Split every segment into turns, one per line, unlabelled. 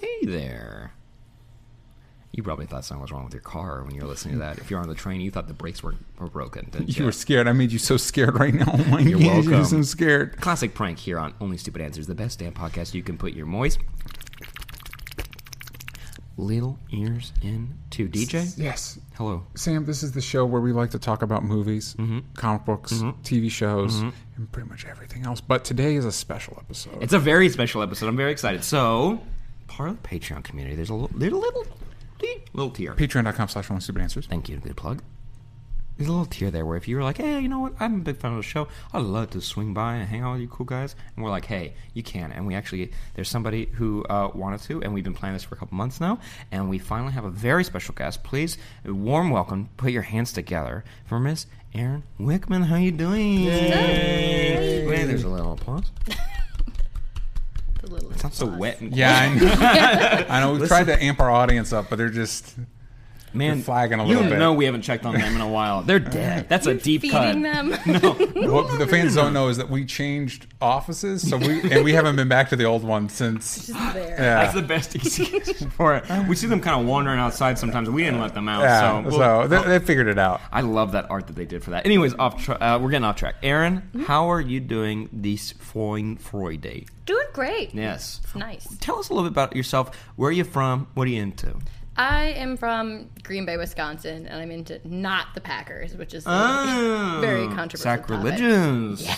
Hey there. You probably thought something was wrong with your car when you were listening to that. If you're on the train, you thought the brakes were, were broken, didn't you?
You were scared. I made you so scared right now. Oh my
You're
gosh,
welcome.
You're so scared.
Classic prank here on Only Stupid Answers, the best damn podcast you can put your moist little ears into. DJ?
Yes.
Hello.
Sam, this is the show where we like to talk about movies, comic books, TV shows, and pretty much everything else. But today is a special episode.
It's a very special episode. I'm very excited. So, part of the Patreon community, there's a little, there's a little, little tier.
Patreon.com slash only stupid answers.
Thank you. Good plug. There's a little tier there where if you were like, hey, you know what? I'm a big fan of the show. I'd love to swing by and hang out with you cool guys. And we're like, hey, you can. And we actually, there's somebody who uh, wanted to, and we've been planning this for a couple months now. And we finally have a very special guest. Please, a warm welcome. Put your hands together for Miss Erin Wickman. How you doing? Yay. Man, there's a little applause. It sounds so wet and
Yeah, I know. I know. We've tried to amp our audience up, but they're just.
Man,
You're flagging a
you
little bit.
know we haven't checked on them in a while. They're dead. That's a deep cut.
feeding them.
What the fans don't know is that we changed offices, so we and we haven't been back to the old one since.
there.
Yeah.
That's the best excuse for it. We see them kind of wandering outside sometimes. We didn't let them out.
Yeah,
so,
so, uh,
we'll-
they, they figured it out.
I love that art that they did for that. Anyways, off tra- uh, we're getting off track. Aaron,
Mm-hmm.
how are you doing this Freud Freud day?
Doing great.
Yes.
It's nice.
Tell us a little bit about yourself. Where are you from? What are you into?
I am from Green Bay, Wisconsin, and I'm into not the Packers, which is
Oh,
very controversial. topic.
Sacrilegious.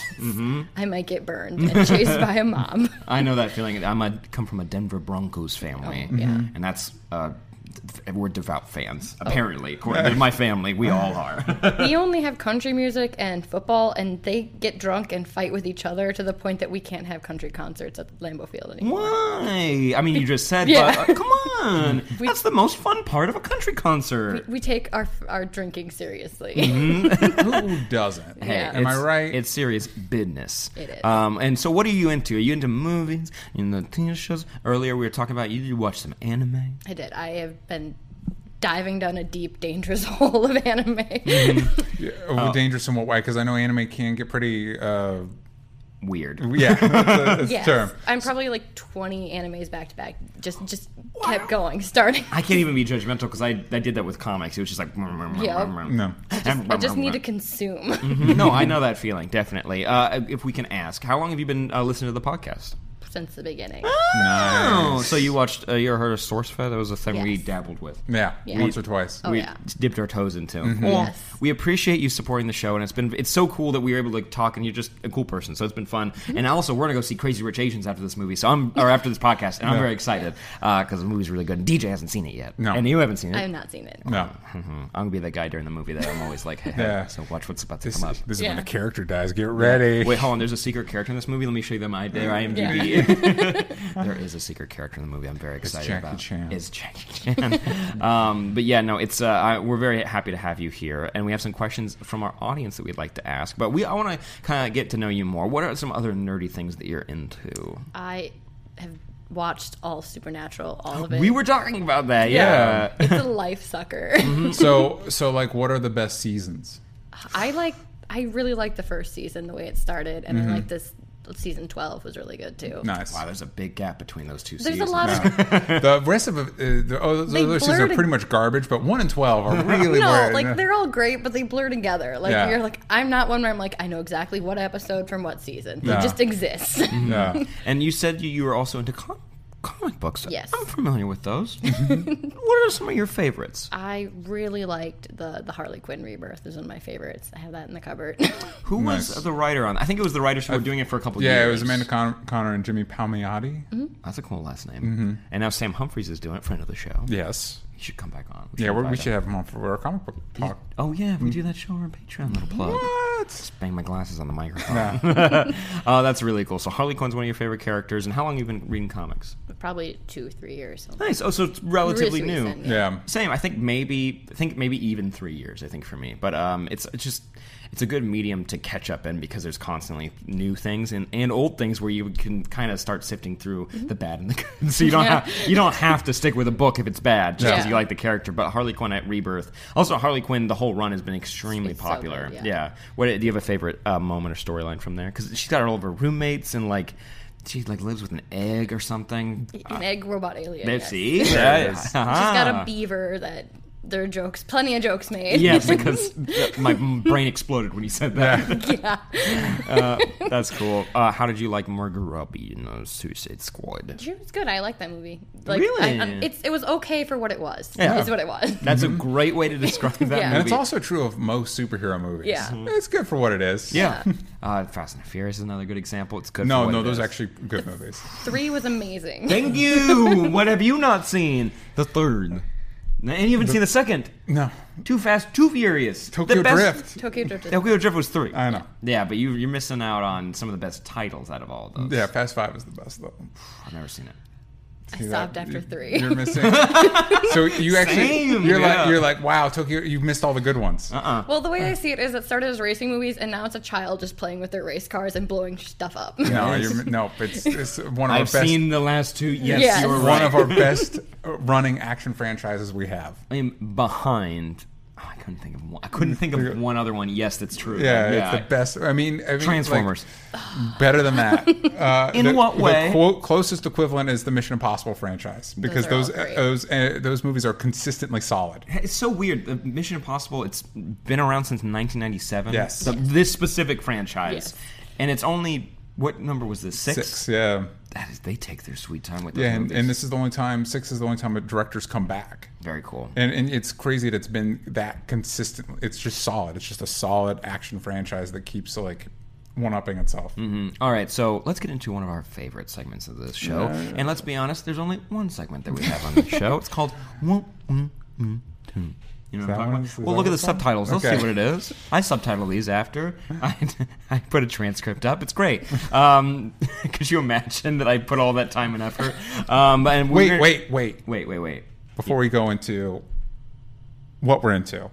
I might get burned and chased by a mom.
I know that feeling. I'm a come from a Denver Broncos family,
Oh,
yeah. and that's uh, th- we're devout fans.
Oh.
Apparently, according to my family, we all are.
we only have country music and football, and they get drunk and fight with each other to the point that we can't have country concerts at Lambeau Field anymore.
Why? I mean, you just said,
Yeah.
but uh, come on, that's the most fun part of a country concert.
We take our our drinking seriously.
Mm-hmm.
Who doesn't?
Hey,
Am I
it's-
right?
It's serious business.
It is.
Um, and so, what are you into? Are you into movies? You into TV shows? Earlier, we were talking about you. You watched some anime.
I did. I have been diving down a deep, dangerous hole of anime.
Mm-hmm.
Yeah,
Oh.
we're dangerous in what way? Because I know anime can get pretty. Uh,
Weird.
yeah, that's the
Yes.
term.
I'm probably like 20 animes back to back. Just just kept going, starting.
I can't even be judgmental because I, I did that with comics. It was just like
Yeah.
No.
I just need to consume.
Mm-hmm.
no, I know that feeling definitely. Uh, if we can ask, how long have you been uh, listening to the podcast?
Since the beginning.
Ah.
Oh, so you watched? Uh, you ever heard of SourceFed? That was a thing we
Yes.
dabbled with.
Yeah,
Yeah.
once or twice.
Oh,
we
yeah.
dipped our toes into.
Mm-hmm.
Well,
Yes.
we appreciate you supporting the show, and it's been it's so cool that we were able to like, talk, and you're just a cool person, so it's been fun.
Mm-hmm.
And also, we're gonna go see Crazy Rich Asians after this movie, so I'm or after this podcast, and I'm very excited because the movie's really good. And DJ hasn't seen it yet,
No.
and you haven't seen it.
I have not seen it.
No,
Mhm. I'm gonna be that guy during the movie that I'm always like, hey,
Yeah.
so watch what's about to
this,
come up.
is- this is when
Yeah.
the character dies. Get ready.
Wait, hold on. There's a secret character in this movie. Let me show you them. I, their IMDb. there is a secret character in the movie. I'm very excited
Jackie
about.
Chan.
It's Jackie Chan. um, but yeah, no, it's uh, I, we're very happy to have you here, and we have some questions from our audience that we'd like to ask. But we, I want to kind of get to know you more. What are some other nerdy things that you're into?
I have watched all Supernatural, all of it.
We were talking about that. Yeah.
Yeah.
It's a life sucker.
Mm-hmm. so, so like, what are the best seasons?
I like. I really liked the first season, the way it started, and
Mm-hmm.
I like this. Season 12 was really good too.
Nice.
Wow, there's a big gap between those two.
There's a
seasons.
lot of
The rest of uh, the oh, those
They
other seasons are
blurred-
pretty much garbage, but one and twelve are really
no,
where-
like they're all great, but they blur together. Like
Yeah.
you're like, I'm not one where I'm like, I know exactly what episode from what season. They
Yeah. Mm-hmm.
just exist.
yeah.
And you said you, you were also into com- comic books.
Yes.
I'm familiar with those. what are some of your favorites?
I really liked the the Harley Quinn rebirth. It was one of my favorites. I have that in the cupboard.
Who was
Nice.
the writer on? I think it was the writers who were doing it for a couple years.
Yeah, it was Amanda Con- Connor and Jimmy Palmiotti.
Mm-hmm.
That's a cool last name.
Mm-hmm.
And now Sam Humphries is doing it, friend of the show.
Yes.
He should come back on.
Yeah, we we
invite
should have him on for our comic book talk.
him. Oh yeah, we do that show on Patreon. Little plug.
What?
Just bang my glasses on the microphone. uh, that's really cool. So Harley Quinn's one of your favorite characters, and how long have you been reading comics?
Probably two, three years. Something.
Nice. Oh, so it's relatively new.
recent,
Yeah.
Same. I think maybe I think maybe even three years. I think for me, but um, it's it's just it's a good medium to catch up in because there's constantly new things and, and old things where you can kind of start sifting through the bad and the good. So you don't
Mm-hmm. Yeah.
have you don't have to stick with a book if it's bad just because
Yeah.
you like the character. But Harley Quinn at Rebirth, also Harley Quinn, the whole run has been extremely
It's so
popular.
good, yeah.
What do you have a favorite uh, moment or storyline from there? Because she's got all of her roommates and like. She like lives with an egg or something.
An egg robot alien.
They
yes.
see Ah. that.
She's
She's got a beaver that there are jokes, plenty of jokes made.
Yes, because th- my m- brain exploded when you said that. Uh, that's cool. Uh, how did you like Margot Robbie in uh, Suicide Squad?
It was good. I like that movie. Like,
Really?
I, I, it's, it was okay for what it was.
Yeah.
Is what it was.
That's a great way to describe that
Yeah.
movie. Mm-hmm.
And it's also true of most superhero movies.
Yeah. Mhm.
It's good for what it is.
yeah. Uh, Fast and Furious is another good example. It's good. for
No,
what
no,
it
those
is.
are actually good movies.
Three was amazing.
Thank you. what have you not seen? The third. And you haven't seen the second.
No.
Too Fast, Too Furious. The
Tokyo
best-
Drift.
Tokyo Drift. is-
Tokyo Drift was three.
I know.
Yeah, but you, you're missing out on some of the best titles out of all of those.
Yeah, Fast Five is the best though.
I've never seen it.
I stopped after three.
You're missing. so you actually,
Same,
you're
yeah.
like, you're like, wow, Tokyo, you missed all the good ones. Uh-uh.
Well, the way I see it is it started as racing movies, and now it's a child just playing with their race cars and blowing stuff up.
No, you're, no, it's, it's one of
I've
our best,
seen the last two. Yes,
Yes.
you were
One
right.
one of our best uh, running action franchises we have.
I'm behind. Oh, I couldn't think of one. I couldn't think of one other one. Yes, that's true.
Yeah, it's the best. I mean, I mean, like,
Transformers.
better than that. Uh,
In
the-
what way?
The quote, closest equivalent is the Mission Impossible franchise because
are all
those
great.
those uh, those movies are consistently solid.
It's so weird. The Mission Impossible. It's been around since 1997.
Yes.
The- this specific franchise,
Yes.
and it's only what number was this? Six.
Six, yeah,
That is, they take their sweet time with those
yeah, and,
movies.
and this is the only time six is the only time that directors come back.
very cool.
And, and it's crazy that it's been that consistent. It's just solid. It's just a solid action franchise that keeps like one upping itself.
All right, so let's get into one of our favorite segments of this show. And let's be honest, there's only one segment that we have on the show. It's called Whoop, Whoop, Whoop, Tune. You know what I'm
that one?
talking
Is
about?
that
Well, look at the
this one?
subtitles. They'll
Okay.
see what it is. I subtitle these after. I, I put a transcript up. It's great. Um, could you imagine that I put all that time and effort? Um, and we're
Wait,
gonna-
wait, wait.
Wait, wait, wait.
Before we go into what we're into,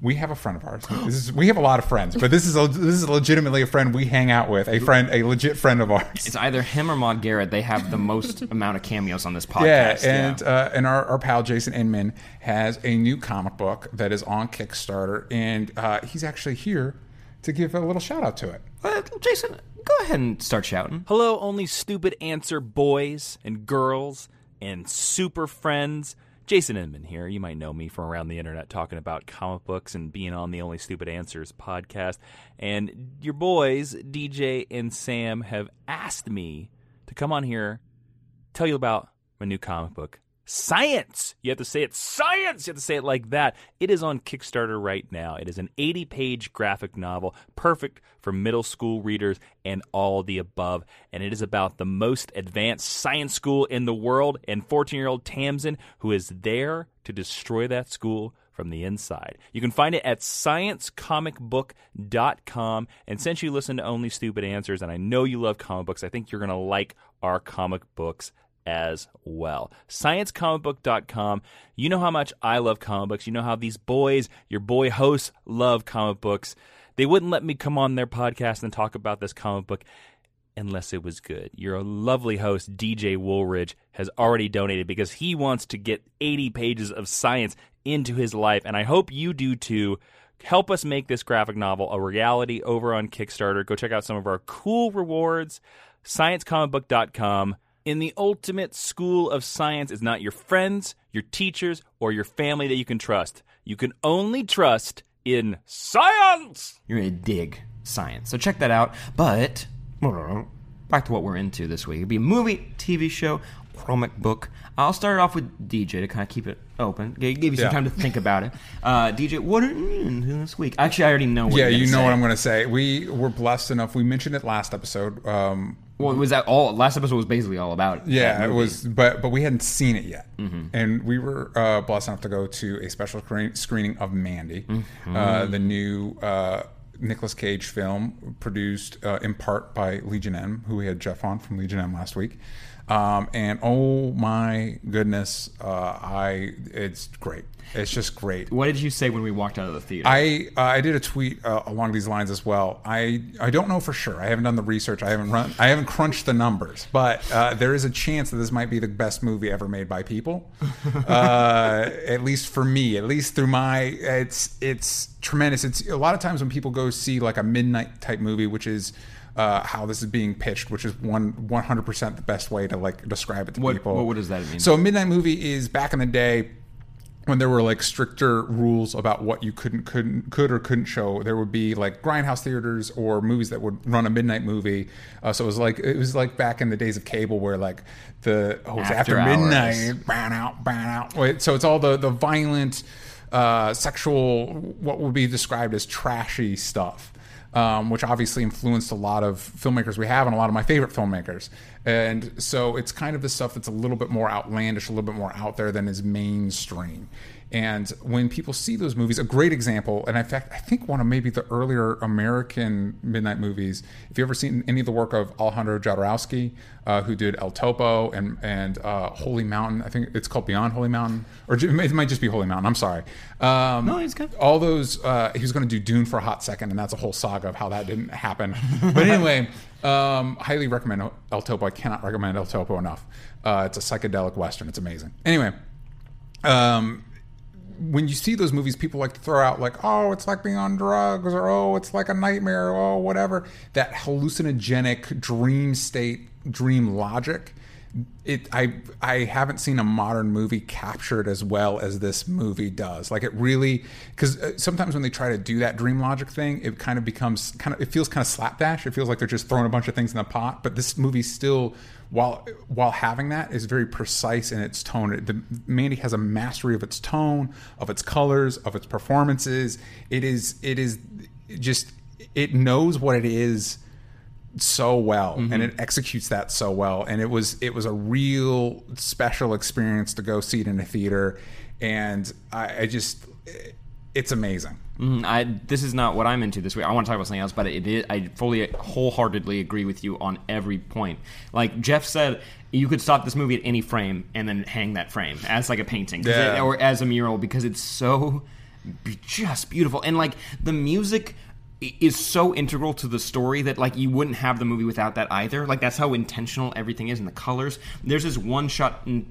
we have a friend of ours. This is, we have a lot of friends, but this is a, this is legitimately a friend we hang out with. A friend, a legit friend of ours.
It's either him or Maud Garrett. They have the most amount of cameos on this
Yeah,
podcast.
and Uh, and our, our pal Jason Inman has a new comic book that is on Kickstarter, and uh, he's actually here to give a little shout out to it.
Uh, Jason, go ahead and start shouting.
Hello, only stupid answer boys and girls and super friends. Jason Inman here. You might know me from around the internet talking about comic books and being on the Only Stupid Answers podcast. And your boys, DJ and Sam, have asked me to come on here, tell you about my new comic book, Science. You have to say it science. You have to say it like that. It is on Kickstarter right now. It is an 80 page graphic novel, perfect for middle school readers and all the above. And it is about the most advanced science school in the world and 14 year old Tamsin, who is there to destroy that school from the inside. You can find it at sciencecomicbook.com. And since you listen to Only Stupid Answers, and I know you love comic books, I think you're going to like our comic books as well. ScienceComicBook.com. You know how much I love comic books. You know how these boys, your boy hosts, love comic books. They wouldn't let me come on their podcast and talk about this comic book unless it was good. Your lovely host, DJ Woolridge, has already donated because he wants to get 80 pages of science into his life, and I hope you do too. Help us make this graphic novel a reality over on Kickstarter. Go check out some of our cool rewards, sciencecomicbook.com. In the ultimate school of science is not your friends, your teachers, or your family that you can trust. You can only trust in science!
you're gonna dig science. So check that out. But back to what we're into this week. It'd be a movie, TV show, comic book. I'll start it off with DJ to kind of keep it open. G- Give you some
Yeah.
time to think about it. Uh, DJ, what are you into this week? Actually, I already know. What
Yeah,
you're
you know
gonna say.
what I'm going to say. We were blessed enough. We mentioned it last episode. Um,
Well, was that all? Last episode was basically all about.
yeah,
that
it
movie. Mm-hmm.
was, but but we hadn't seen it yet, and we were uh,
Mm-hmm.
blessed enough to go to a special screen- screening of Mandy, uh, the new uh, Nicolas Cage film produced uh, in part by Legion M, who we had Jeff on from Legion M last week. Um, and oh my goodness, uh, I it's great. It's just great.
What did you say when we walked out of the theater?
I uh, I did a tweet uh, along these lines as well. I I don't know for sure. I haven't done the research. I haven't run. I haven't crunched the numbers, but uh, there is a chance that this might be the best movie ever made by people. Uh, at least for me. At least through my. It's it's tremendous. It's a lot of times when people go see like a midnight type movie, which is. Uh, how this is being pitched, which is one 100% the best way to like describe it to
What-
people.
what does that mean?
So, a midnight movie is back in the day when there were like stricter rules about what you couldn't couldn't could or couldn't show there would be like grindhouse theaters or movies that would run a midnight movie uh, so it was like it was like back in the days of cable where like the oh it's
After
after,
hours.
midnight ban out ban out Wait, so it's all the the violent uh, sexual what would be described as trashy stuff um, which obviously influenced a lot of filmmakers we have and a lot of my favorite filmmakers. And so it's kind of the stuff that's a little bit more outlandish, a little bit more out there than is mainstream. And when people see those movies, a great example, and in fact, I think one of maybe the earlier American midnight movies. If you've ever seen any of the work of Alejandro Jodorowsky, uh, who did El Topo and and uh, Holy Mountain, I think it's called Beyond Holy Mountain, or ju- it might just be Holy Mountain. I'm sorry. Um,
No, it's good.
all those uh, he was going to do Dune for a hot second, and that's a whole saga of how that didn't happen. But anyway, um, highly recommend El Topo. I cannot recommend El Topo enough. Uh, it's a psychedelic western. It's amazing. Anyway, um, when you see those movies, people like to throw out like, "Oh, it's like being on drugs," or "Oh, it's like a nightmare," or "Oh, whatever." That hallucinogenic dream state, dream logic. It, I, I haven't seen a modern movie captured as well as this movie does. Like it really, because sometimes when they try to do that dream logic thing, it kind of becomes kind of, it feels kind of slapdash. It feels like they're just throwing a bunch of things in the pot. But this movie still, while while having that is very precise in its tone. It- the, Mandy has a mastery of its tone, of its colors, of its performances. It is it is just it knows what it is so well and it executes that so well and it was it was a real special experience to go see it in a theater and I, I just it's amazing
Mm, I this is not what I'm into this week. I want to talk about something else, but it is, I fully wholeheartedly agree with you on every point. Like Jeff said, you could stop this movie at any frame and then hang that frame as like a painting 'cause it-
Yeah.
or as a mural because it's so be- just beautiful and like the music i- is so integral to the story that like you wouldn't have the movie without that either. Like that's how intentional everything is and the colors. There's this one shot in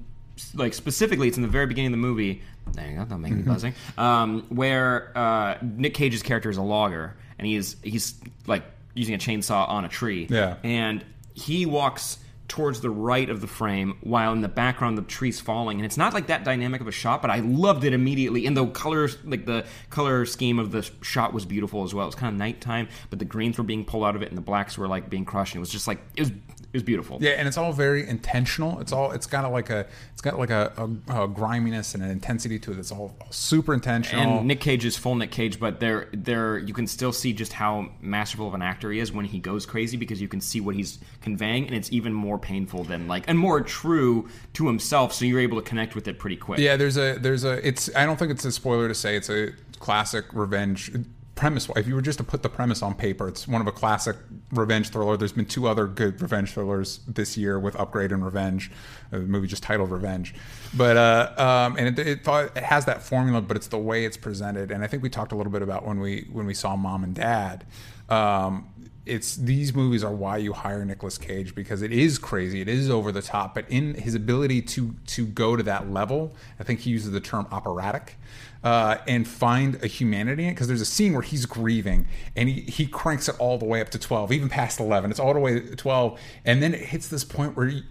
like specifically, it's in the very beginning of the movie. There you go. Don't make me buzzing. Um, where uh, Nick Cage's character is a logger, and he is he's like using a chainsaw on a tree.
Yeah.
And he walks towards the right of the frame while in the background the tree's falling and it's not like that dynamic of a shot but i loved it immediately and the colors like the color scheme of the sh- shot was beautiful as well it was kind of nighttime but the greens were being pulled out of it and the blacks were like being crushed and it was just like it was it was beautiful
Yeah, and it's all very intentional. It's all it's got a, like a it's got like a, a, a griminess and an intensity to it. It's all super intentional.
and Nick Cage is full Nick Cage, but there, there, you can still see just how masterful of an actor he is when he goes crazy because you can see what he's conveying, and it's even more painful than like and more true to himself. So you're able to connect with it pretty quick.
yeah, there's a there's a it's I don't think it's a spoiler to say it's a classic revenge premise. If you were just to put the premise on paper, it's one of a classic revenge thriller. There's been two other good revenge thrillers this year with Upgrade and Revenge, uh, the movie just titled Revenge. But uh, um, and it, it, thought- it has that formula, but it's the way it's presented. And I think we talked a little bit about when we when we saw Mom and Dad. Um, it's these movies are why you hire Nicolas Cage because it is crazy, it is over the top, but in his ability to to go to that level, I think he uses the term operatic, uh, and find a humanity in it. Because there's a scene where he's grieving and he he cranks it all the way up to twelve, even past eleven. It's all the way to twelve, and then it hits this point where. You,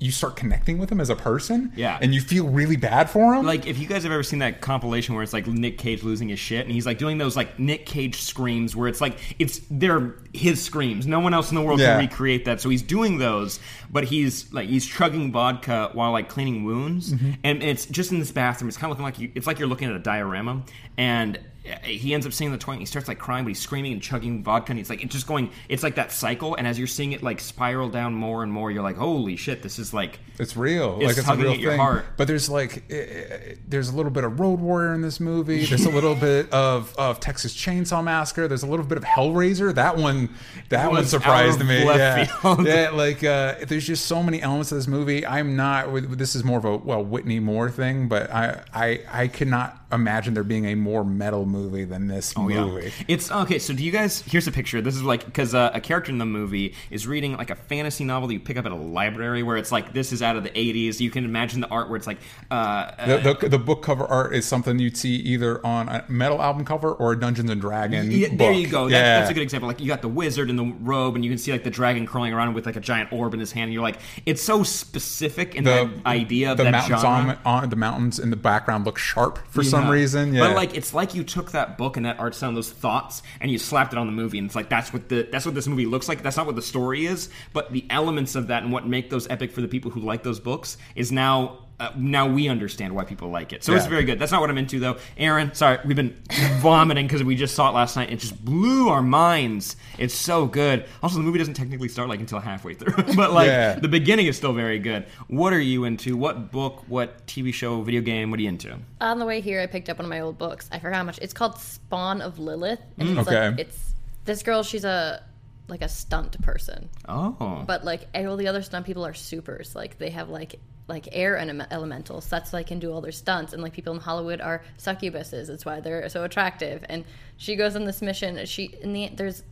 you start connecting with him as a person,
Yeah.
and you feel really bad for him.
Like if you guys have ever seen that compilation where it's like Nick Cage losing his shit and he's like doing those like Nick Cage screams where it's like it's they're his screams. No one else in the world
Yeah.
can recreate that. So he's doing those, but he's like he's chugging vodka while like cleaning wounds, and it's just in this bathroom. It's kind of looking like you, it's like you're looking at a diorama, and he ends up seeing the toy and he starts like crying, but he's screaming and chugging vodka. And he's like, it's just going, it's like that cycle. And as you're seeing it like spiral down more and more, you're like, holy shit, this is like,
It's real.
It's
like it's a
tugging
real
at your
thing.
heart.
But there's like eh, eh, there's a little bit of Road Warrior in this movie. There's a little bit of of Texas Chainsaw Massacre. There's a little bit of Hellraiser. That one that, one
one's
surprised
out of
me.
left
yeah.
field.
Yeah, like uh, there's just so many elements of this movie. I'm not with- this is more of a well Whitney Moore thing, but I I I could not imagine there being a more metal movie than this
Oh,
movie.
It's okay. So do you guys? Here's a picture. This is like because uh, a character in the movie is reading like a fantasy novel that you pick up at a library where it's like this is out of the 80s. You can imagine the art where it's like uh, uh,
The, the, the book cover art is something you'd see either on a metal album cover or a Dungeons and Dragons.
yeah, there
book.
you go. That, That's
Yeah.
a good example. Like you got the wizard in the robe, and you can see like the dragon crawling around with like a giant orb in his hand. And you're like, it's so specific in that idea of
the
that
mountains
genre.
On, on the mountains in the background look sharp for some
Yeah.
reason. Yeah,
But like it's like you took that book and that art style and those thoughts and you slapped it on the movie and it's like that's what the that's what this movie looks like. That's not what the story is, but the elements of that and what make those epic for the people who like those books is now uh, now we understand why people like it. So it's
Yeah.
very good. That's not what I'm into though. Aaron, sorry, we've been vomiting because we just saw it last night. It just blew our minds. It's so good. Also, the movie doesn't technically start like until halfway through, but like
Yeah.
the beginning is still very good. What are you into? What book? What TV show? Video game? What are you into?
On the way here, I picked up one of my old books. I forgot how much. It's called Spawn of Lilith. And it's
Mm, Okay.
Like, it's this girl. She's a like a stunt person,
Oh.
but like all the other stunt people are supers. Like they have like like air and elementals. That's like can do all their stunts. And like people in Hollywood are succubuses. That's why they're so attractive. And she goes on this mission. and She in the e, there's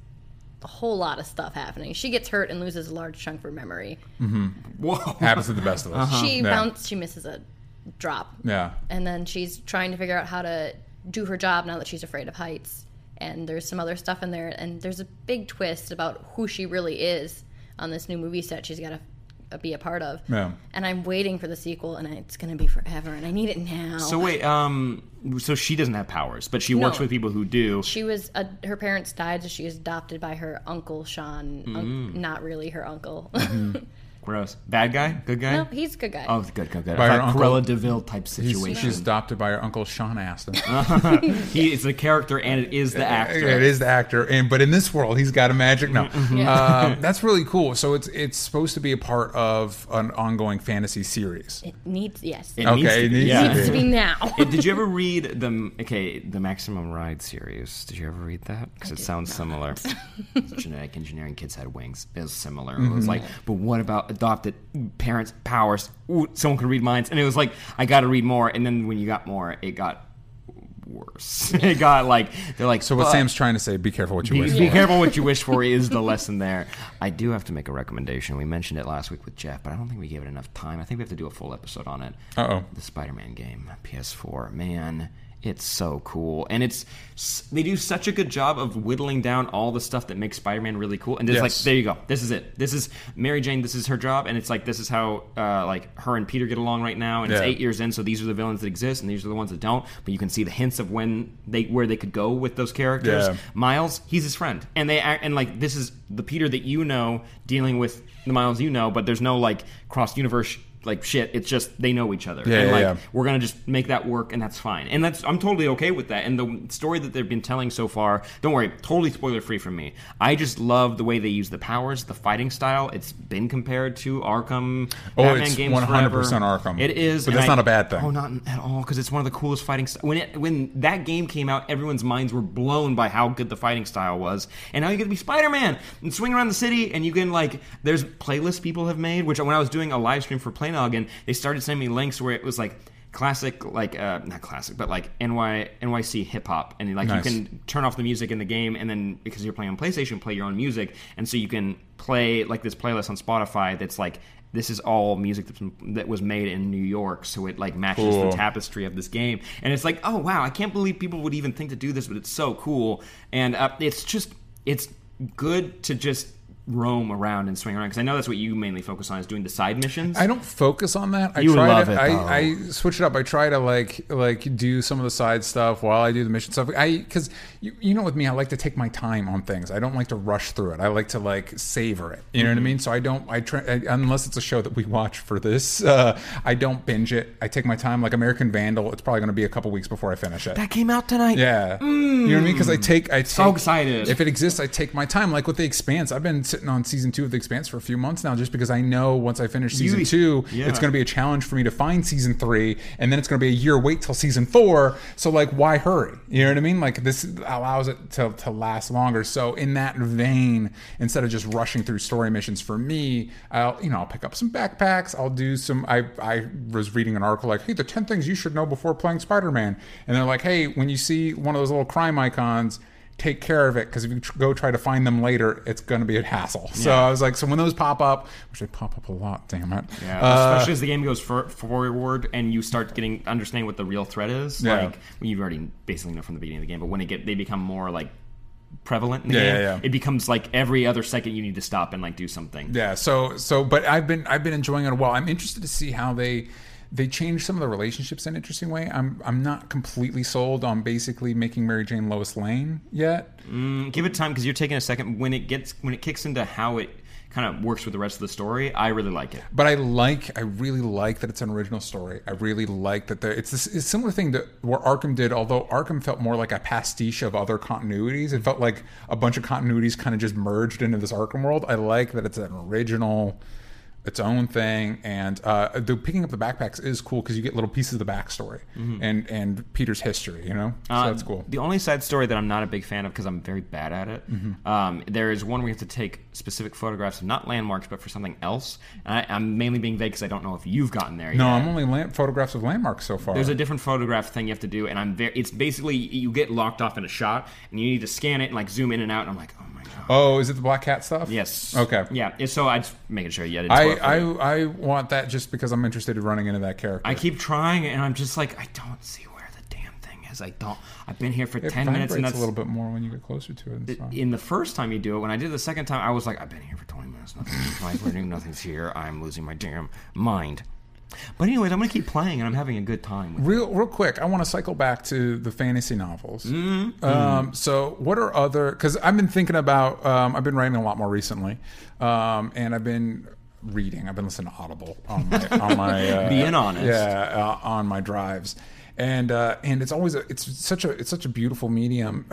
a whole lot of stuff happening. She gets hurt and loses a large chunk of her memory.
Whoa.
happens to the best of us.
Uh-huh.
she
yeah.
bounce. She misses a drop.
Yeah,
and then she's trying to figure out how to do her job now that she's afraid of heights and there's some other stuff in there and there's a big twist about who she really is on this new movie set she's got to be a part of
Yeah.
and i'm waiting for the sequel and it's going to be forever and i need it now
So wait, um, so she doesn't have powers, but she works with people who do.
she was a, her parents died so she was adopted by her uncle sean un- not really her uncle
Gross. Bad guy? Good guy?
no he's a good guy
Mm-hmm. Oh, good, good, good.
By
Like
her uncle.
Cruella Deville type
He's-
situation.
she's adopted by her uncle Sean Astin.
he is the character, and it is the actor. Mm-hmm.
It is the actor, and but in this world, he's got a magic. No, um, that's really cool. So it's it's supposed to be a part of an ongoing fantasy series.
it needs yes
It
it
needs
Okay,
to
it
be,
needs
yeah.
to
needs to be now
Hey, Did you ever read the okay the Maximum Ride series? Did you ever read that? Because it sounds similar. Genetic engineering kids had wings. It was similar. It was like, but what about adopted parents' powers? Ooh, someone could read minds, and it was like, I got to read more. And then when you got more, it got worse. it got like they're like.
So what
"Fuck."
Sam's trying to say: be careful what you wish
Be, be
for.
careful what you wish for is the lesson there. I do have to make a recommendation. We mentioned it last week with Jeff, but I don't think we gave it enough time. I think we have to do a full episode on it.
Uh-oh.
The Spider-Man game, PS4. Man, it's so cool, and it's s- they do such a good job of whittling down all the stuff that makes Spider-Man really cool. And it's like
Yes.
there you go. This is it. This is Mary Jane. This is her job, and it's like this is how uh, like her and Peter get along right now. And it's
Yeah.
eight years in, so these are the villains that exist, and these are the ones that don't. But you can see the hints of when they where they could go with those characters.
Yeah.
Miles, he's his friend, and they act, and like this is the Peter that you know dealing with the Miles you know, but there's no like cross universe like shit. It's just they know each other,
Yeah,
and
yeah,
like
yeah.
we're gonna just make that work, and that's fine, and that's I'm totally okay with that. And the story that they've been telling so far, don't worry, totally spoiler free from me. I just love the way they use the powers, the fighting style. It's been compared to Arkham.
Oh,
Batman
it's
games
100%
forever.
Arkham.
It is,
But
and
that's
I-
not a bad thing.
Oh, not at all, because it's one of the coolest fighting. St- when it, when that game came out, everyone's minds were blown by how good the fighting style was, and now you get to be Spider Man and swing around the city, and you can like there's playlists people have made. Which when I was doing a live stream for Playnoggin, they started sending me links where it was like classic like uh not classic but like ny nyc hip hop and like
Nice.
you can turn off the music in the game and then because you're playing on PlayStation, play your own music, and so you can play like this playlist on Spotify that's like this is all music that's, been- that was made in New York, so it like matches
Cool.
the tapestry of this game, and it's like oh wow, I can't believe people would even think to do this, but it's so cool, and uh, it's just it's good to just roam around and swing around? Because I know that's what you mainly focus on is doing the side missions.
I don't focus on that. I
You
try
love
to,
it,
I, I switch it up. I try to like like do some of the side stuff while I do the mission stuff. I because you, you know with me, I like to take my time on things. I don't like to rush through it. I like to like savor it. You know
Mm-hmm.
what I mean? So I don't. I try I, unless it's a show that we watch for this. Uh, I don't binge it. I take my time. Like American Vandal, it's probably going to be a couple weeks before I finish it.
that came out tonight.
Yeah, you know what I mean? Because I take, I take,
So excited.
If it exists, I take my time. Like with the Expanse, I've been sitting on season two of the Expanse for a few months now, just because I know once I finish season
You-
two,
yeah.
it's going to be a challenge for me to find season three, and then it's going to be a year wait till season four. So like, why hurry? You know what I mean? Like this allows it to to last longer. So in that vein, instead of just rushing through story missions, for me, I'll you know I'll pick up some backpacks. I'll do some. I I was reading an article like, hey, the ten things you should know before playing Spider Man, and they're like, hey, when you see one of those little crime icons take care of it because if you tr- go try to find them later, it's going to be a hassle. So I was like, so when those pop up, which they pop up a lot, damn it.
Yeah,
Uh,
especially as the game goes for, forward and you start getting understanding what the real threat is.
Yeah.
Like you already basically know from the beginning of the game, but when it get they become more like prevalent in the
Yeah,
game,
yeah, yeah.
it becomes like every other second you need to stop and like do something.
Yeah. So so, but I've been I've been enjoying it a while. I'm interested to see how they they change some of the relationships in an interesting way. I'm I'm not completely sold on basically making Mary Jane Lois Lane yet.
Give it time because you're taking a second when it gets when it kicks into how it kind of works with the rest of the story. I really like it.
But I like, I really like that it's an original story. I really like that there, it's this it's a similar thing that where Arkham did, although Arkham felt more like a pastiche of other continuities. It felt like a bunch of continuities kind of just merged into this Arkham world. I like that it's an original, its own thing, and uh, the picking up the backpacks is cool because you get little pieces of the backstory and and Peter's history. You know, so that's cool.
Mm-hmm. Um, The only side story that I'm not a big fan of because I'm very bad at it.
Mm-hmm.
Um, there is one where you have to take specific photographs of not landmarks but for something else. And I, I'm mainly being vague because I don't know if you've gotten there.
No,
yet.
I'm only land, photographs of landmarks so far.
There's a different photograph thing you have to do, and I'm very. It's basically you get locked off in a shot, and you need to scan it and like zoom in and out. And I'm like, oh my god.
oh, is it the black hat stuff?
Yes.
Okay.
Yeah. it's- So I'm just making sure you had it.
I, I I want that just because I'm interested in running into that character.
I keep trying, and I'm just like, I don't see where the damn thing is. I don't. I've been here for ten minutes, and
vibrates
that's
a little bit more when you get closer to it. It's fine.
in the first time you do it, when I did it the second time, I was like, I've been here for 20 minutes. Nothing's vibrating. Nothing's here. I'm losing my damn mind. But anyways, I'm gonna keep playing, and I'm having a good time. With it.
real real quick, I want to cycle back to the fantasy novels.
Mm-hmm.
Um, so, what are other? Because I've been thinking about. Um, I've been writing a lot more recently, um, and I've been reading. I've been listening to Audible on my on my uh,
Being honest.
yeah, uh, on my drives. And, uh, and it's always a, it's such a it's such a beautiful medium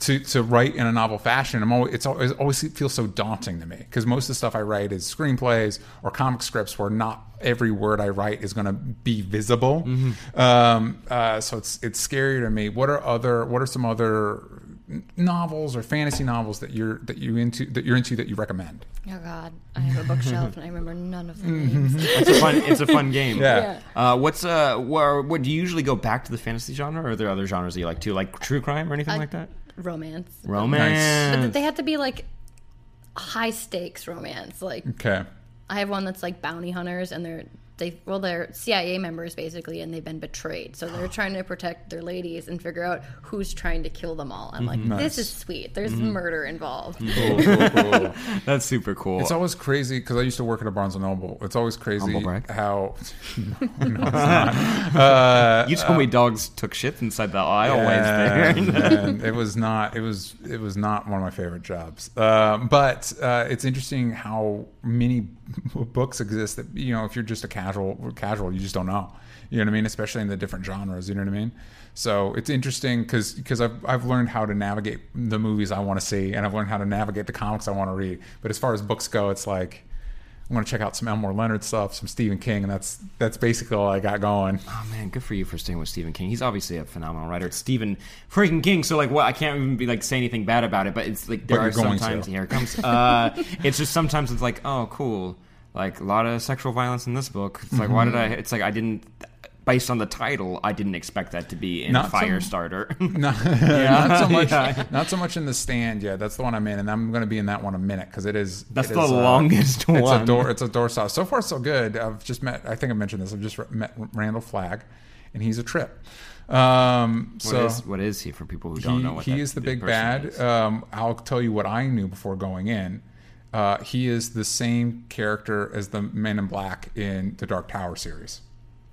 to, to write in a novel fashion. I'm always, it's always, always feels so daunting to me because most of the stuff I write is screenplays or comic scripts where not every word I write is going to be visible. Um, uh, so it's it's scary to me. What are other what are some other n- novels or fantasy novels that you're that you into that you're into that you recommend?
Oh God, I have a bookshelf and I remember none of the names.
It's a fun. It's a fun game.
Yeah.
Uh, what's uh, what, what do you usually go back to the fantasy genre, or are there other genres that you like too, like true crime or anything like that?
Romance.
Romance.
But they had to be like high stakes romance. Like
Okay.
I have one that's like bounty hunters and they're they well they're CIA members basically and they've been betrayed. So they're trying to protect their ladies and figure out who's trying to kill them all. I'm like,
Mm-hmm.
this is sweet. There's murder involved.
That's super cool.
It's always crazy because I used to work at a Barnes and Noble. It's always crazy
Humble brag.
how
you
Uh,
told me dogs took shits inside the aisle ways
and,
there.
and it was not it was it was not one of my favorite jobs. Um, but uh, it's interesting how many books exist that you know if you're just a casual casual you just don't know. You know what I mean? Especially in the different genres. You know what I mean? So it's interesting because I've I've learned how to navigate the movies I want to see and I've learned how to navigate the comics I want to read. But as far as books go, it's like. I'm gonna check out some Elmore Leonard stuff, some Stephen King, and that's that's basically all I got going.
Oh man, good for you for staying with Stephen King. He's obviously a phenomenal writer. It's Stephen freaking King. So like, what? I can't even be like say anything bad about it. But it's like there
But
are
you're going
sometimes
to.
here it comes. Uh, it's just sometimes it's like, oh cool, like a lot of sexual violence in this book. It's like why did I?
Mm-hmm.
It's like I didn't. Based on the title, I didn't expect that to be in
Not so-
Firestarter.
Not, not so much. Not so much in the stand. Yeah, that's the one I'm in, and I'm going to be in that one a minute because it is.
That's
it
the
is, uh,
longest
It's
one.
a door. It's a door stop. So far, so good. I've just met. I think I mentioned this. I've just met Randall Flagg, and he's a trip. Um,
What
so
is- what is he for people who don't
he,
know what
he
that-
is the
that
big uh,
person
bad.
is?
Um, I'll tell you what I knew before going in. Uh, he is the same character as the Man in Black in the Dark Tower series.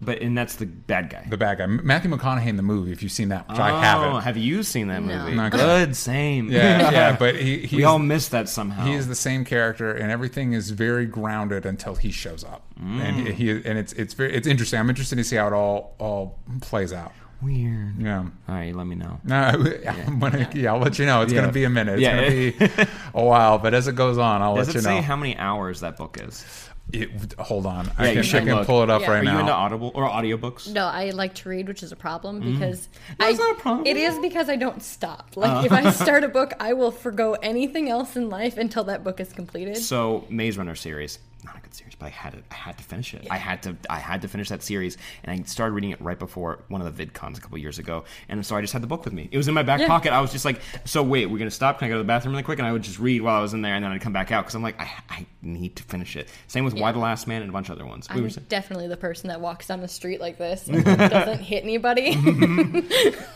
But and that's the bad guy.
The bad guy, Matthew McConaughey in the movie. If you've seen that, which I
Oh,
haven't.
have you seen that
No.
movie?
Not yet.
Good, same.
Yeah, yeah, but he,
we
he's,
all missed that somehow.
he is the same character, and everything is very grounded until he shows up, and
Mm.
he and it's it's very it's interesting. I'm interested to see how it all all plays out.
weird.
Yeah.
All right, let me know.
No, I'm gonna, yeah, I'll let you know. It's
Yeah.
going to be a minute. It's
Yeah.
going to be a while, but as it goes on, I'll
Does
let
it
you
say
know.
how many hours that book is?
It- hold on,
Yeah,
I
you
can,
should
I can
look.
pull it up
Yeah.
right
Are
Are you into
now.
audible or audiobooks?
No, I like to read, which is a problem because
Mm-hmm. No,
I,
it's not a problem. Uh.
It is because I don't stop. Like if I start a book, I will forego anything else in life until that book is completed.
So Maze Runner series, not a good series, but I had to, I had to finish it. I had to I had to finish that series, and I started reading it right before one of the VidCons a couple years ago. And so I just had the book with me. It was in my back pocket. I was just like, so wait, we're gonna stop. Can I go to the bathroom really quick? And I would just read while I was in there, and then I'd come back out because I'm like, I, I need to finish it. Same with Why the Last Man and a bunch of other ones. We
I'm
were saying-
definitely the person that walks down the street like this and doesn't hit anybody.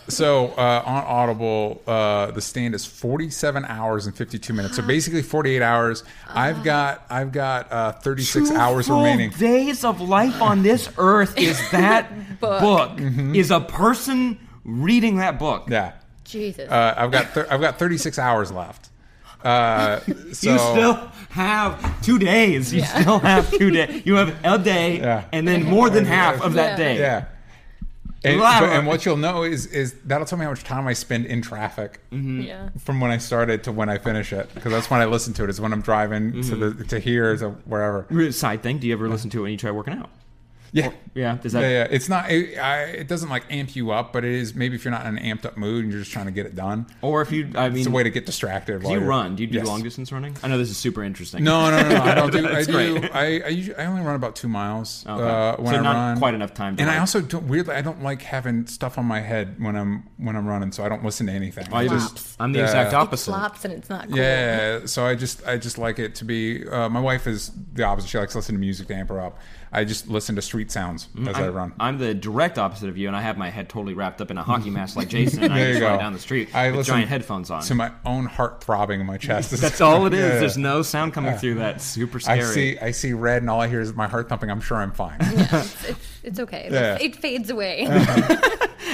So uh, on Audible, uh, the stand is 47 hours and 52 minutes. So basically 48 hours. I've got I've got uh, 36
Uh-huh. Two
hours
full
remaining.
Days of life on this earth is that book,
Book.
is a person reading that book.
Mm-hmm. Yeah,
Jesus.
uh, I've got th- I've got 36 hours left. Uh, so
You still have two days. You still have two days. You have a day,
Yeah.
and then more than half of that
Yeah.
day.
Yeah. And,
Wow.
but- and what you'll know is is that'll tell me how much time I spend in traffic
Mm-hmm.
yeah.
from when I started to when I finish it because that's when I listen to it is when I'm driving to
Mm-hmm.
the to here to wherever.
Real Side thing: Do you ever listen to it when you try working out?
Yeah.
Yeah. Does that?
yeah, yeah. It's not. It, I, it doesn't like amp you up, but it is maybe if you're not in an amped up mood and you're just trying to get it done.
Or if you, I mean,
It's a way to get distracted.
do
while
you
you're-
run? Do you do
Yes.
long distance running? I know this is super interesting.
No, no, no, no. I don't do. I
That's
do.
great.
I, I, usually, I only run about two miles uh,
Okay.
when
So
I
not
run.
quite enough time to
and I
like-
also don't, weirdly, I don't like having stuff on my head when I'm when I'm running, so I don't listen to anything.
I
I
just-
Flops.
I'm the
Yeah.
exact
It
opposite.
Flops and it's not cool.
Yeah, so I just I just like it to be. Uh, my wife is the opposite. She likes listening to music to amp her up. I just listen to street sounds as i run.
Mm, I'm the direct opposite of you, and I have my head totally wrapped up in a hockey mask like Jason, and I
there you
just
go.
ride down the street
I
with
listen
giant headphones on.
to my own heart throbbing in my chest.
That's all it is.
Yeah.
There's no sound coming through that. Super scary.
I see I see red, and all I hear is my heart thumping. I'm sure I'm fine.
It's, it's, it's okay. That's- It fades away.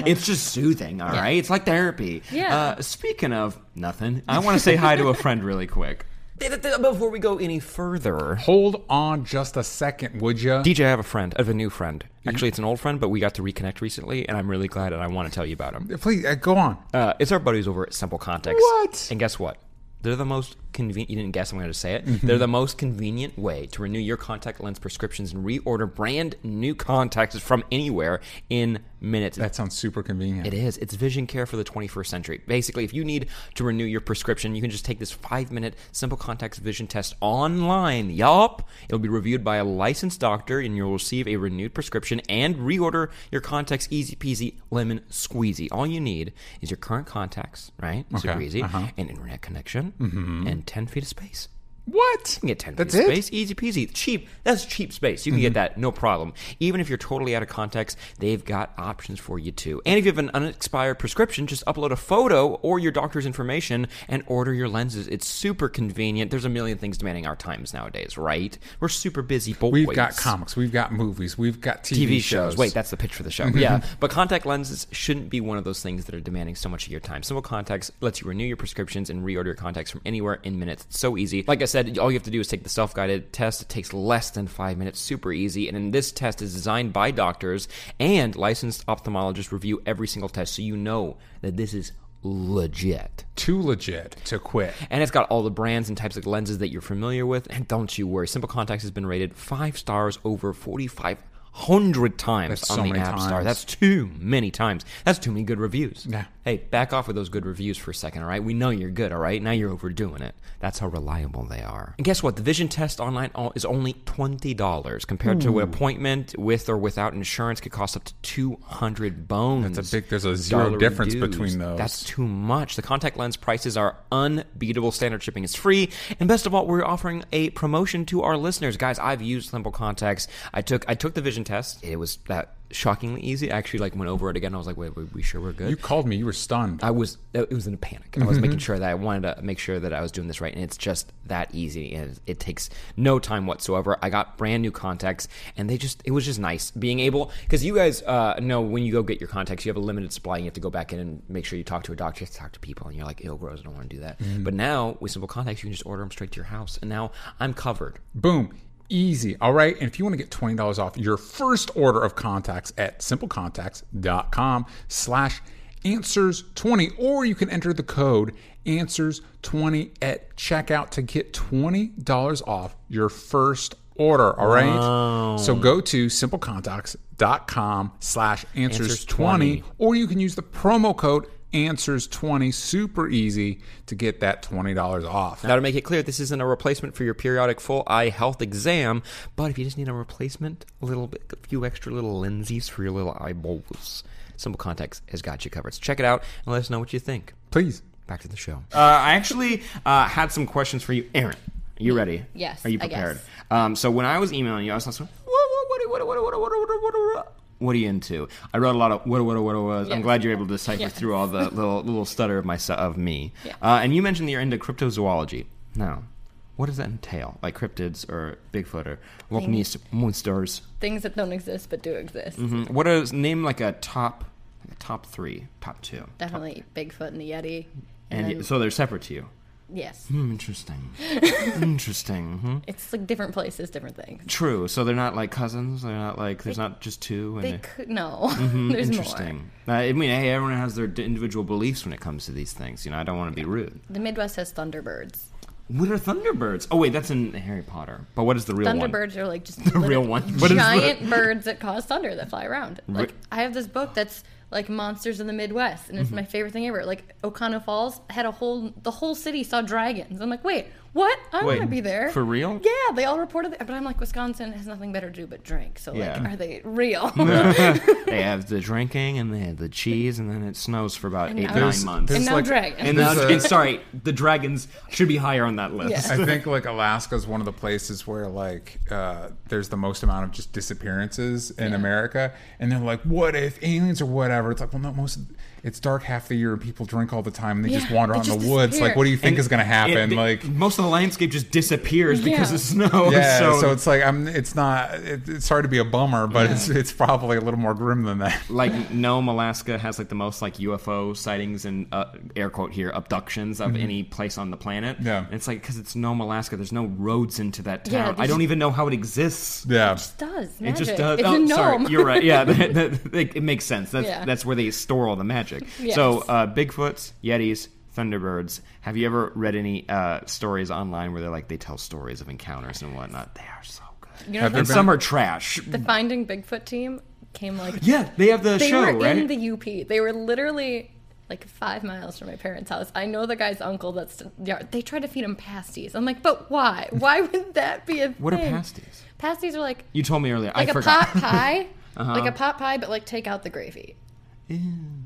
It's just soothing, all right. It's like therapy.
Yeah.
Uh, speaking of nothing, I want to say hi to a friend really quick. Before we go any further,
Hold on just a second, would you?
DJ, I have a friend. I have a new friend. Actually, it's an old friend, but we got to reconnect recently, and I'm really glad, and I want to tell you about him.
Please uh, go on.
Uh, it's our buddies over at Simple Context.
What?
And guess what? They're the most convenient. You didn't guess. I'm going to say it. They're the most convenient way to renew your contact lens prescriptions and reorder brand new contacts from anywhere in minutes.
That sounds super convenient.
It is. It's vision care for the 21st century. Basically, if you need to renew your prescription, you can just take this five minute simple contacts vision test online. Yup. It'll be reviewed by a licensed doctor and you'll receive a renewed prescription and reorder your contacts easy peasy lemon squeezy. All you need is your current contacts, right? Super
Okay.
easy. An internet connection and 10 feet of space.
What?
You can get 10
That's
feet of
it? Mm-hmm.
space. Easy peasy. Cheap. That's cheap space. You can get that, no problem. Even if you're totally out of context, they've got options for you too. And if you have an unexpired prescription, just upload a photo or your doctor's information and order your lenses. It's super convenient. There's a million things demanding our times nowadays, right? We're super busy boys.
We've got comics. We've got movies. We've got TV,
TV shows. Wait, that's the pitch for the show. yeah, but contact lenses shouldn't be one of those things that are demanding so much of your time. Simple Contacts lets you renew your prescriptions and reorder your contacts from anywhere in minutes. It's so easy. Like I said, all you have to do is take the self-guided test. It takes less than five minutes. Super easy. And then this test is designed by doctors and licensed ophthalmologists review every single test, so you know that this is legit.
too legit to quit.
And it's got all the brands and types of lenses that you're familiar with. And don't you worry, Simple Contacts has been rated five stars over 4,500 times
That's
on
so
the
many
App Store.
times.
That's too many times. That's too many good reviews.
Yeah.
Hey, back off with those good reviews for a second, all right? We know you're good, all right? Now you're overdoing it. That's how reliable they are. And guess what? The vision test online o- is only $20 compared
Hmm.
to an appointment with or without insurance could cost up to 200 bones.
That's a big- there's a zero
Dollar
difference
dues.
between those.
That's too much. The contact lens prices are unbeatable. Standard shipping is free. And best of all, we're offering a promotion to our listeners. Guys, I've used Simple Contacts. I took I took the vision test. It was that shockingly easy. I actually like went over it again. I was like, wait, wait we sure we're good?
You called me. You were stunned.
Um, I was it was in a panic. I was making sure that I wanted to make sure that I was doing this right, and it's just that easy, and it takes no time whatsoever. I got brand new contacts, and they just it was just nice being able because you guys uh, know when you go get your contacts, you have a limited supply, and you have to go back in and make sure you talk to a doctor, you have to talk to people, and you're like, ew, gross, I don't want to do that. But now with simple contacts, you can just order them straight to your house, and now I'm covered.
Boom. Easy. All right. And if you want to get $20 off your first order of contacts at simplecontacts.com slash answers20, or you can enter the code answers20 at checkout to get $20 off your first order. All right. So go to simplecontacts.com slash
Answers20.
answers20, or you can use the promo code answers20. Super easy to get that $20 off.
Now, to make it clear, this isn't a replacement for your periodic full eye health exam, but if you just need a replacement, a little bit, a few extra little lenses for your little eyeballs, Simple Contacts has got you covered. So check it out and let us know what you think.
Please.
Back to the show. Uh, I actually uh, had some questions for you, Aaron. Are you ready?
Mm. Yes,
Are you
I guess.
prepared? Um, so when I was emailing you, I was like, what, what, what, what, what, what, what, what, what, what, what are you into? I wrote a lot of what, what, what, what. I'm
Yes.
glad you're able to decipher
Yes.
through all the little little stutter of my of me. Uh, and you mentioned that you're into cryptozoology. Now, what does that entail? Like cryptids or Bigfoot or Loch monsters? Hmm,
Things that don't exist but do exist.
What is name like a top, like a top three, top two?
Definitely Bigfoot and the Yeti.
And,
And,
you-
then-
so they're separate to you.
yes,
Hmm, interesting. interesting. hmm
it's like different places, different things.
True. So they're not like cousins. They're not like there's not just two. And
They
they-
could no. There's more.
Mm-hmm. interesting. Uh, I mean, hey, everyone has their d- individual beliefs when it comes to these things. You know, I don't want to be rude.
The Midwest has Thunderbirds.
What are Thunderbirds? Oh wait, that's in Harry Potter. But what is the real one?
Thunderbirds are like just the
real one? What is
giant birds that cause thunder that fly around. Like
Re-
I have this book that's like monsters in the Midwest, and it's
Mm-hmm.
my favorite thing ever. Like Okano Falls had a whole the whole city saw dragons. I'm like, wait, what? I want to
Wait,
be there
for real?
Yeah, they all reported that, but I'm like, Wisconsin has nothing better to do but drink. So
Yeah.
like, are they real?
They have the drinking and they have the cheese, and then it snows for about eight
now-
nine
There's-
months.
and
It's
now
like-
dragons.
and now,
there's a-
and sorry, the dragons should be higher on that list.
Yeah.
I think like Alaska is one of the places where like uh, there's the most amount of just disappearances in America, and they're like, "What if aliens or whatever?" It's like, well, no, most it's dark half the year, and people drink all the time, and they just
Yeah,
wander
they
out in the
just
woods. Like,
disappear.
what do you think
And
is going to happen?
it- the-
like,
most of the landscape just disappears because
Yeah.
of snow.
yeah, so,
so,
it's like I'm. It's not. It, it's hard to be a bummer, but it's it's probably a little more grim than that.
like Nome, Alaska has like the most like UFO sightings and uh, air quote here abductions of any place on the planet.
Mm-hmm. Yeah.
and it's like because it's Nome, Alaska. There's no roads into that
Yeah,
town. I
there's-
don't even know how it exists.
Yeah,
It does
It
magic.
just does.
It's
oh,
a gnome.
sorry, you're right. Yeah, that, that- that- it makes sense. That's
Yeah.
that's where they store all the magic.
Yes.
So, uh, Bigfoots, Yetis, Thunderbirds. Have you ever read any uh, stories online where they're like they tell stories of encounters and whatnot? They are so good.
You know,
Have there
And
been-
some are trash.
the Finding Bigfoot team came like
Yeah, they have the
They
show,
were
right?
in the UP. They were literally like five miles from my parents' house. I know the guy's uncle. That's yeah, they tried to feed him pasties. I'm like, but why? Why would that be a
what are
thing?
pasties?
Pasties are like
You told me earlier.
like
I
a
forgot.
pot pie,
Uh-huh.
like a pot pie, but like take out the gravy.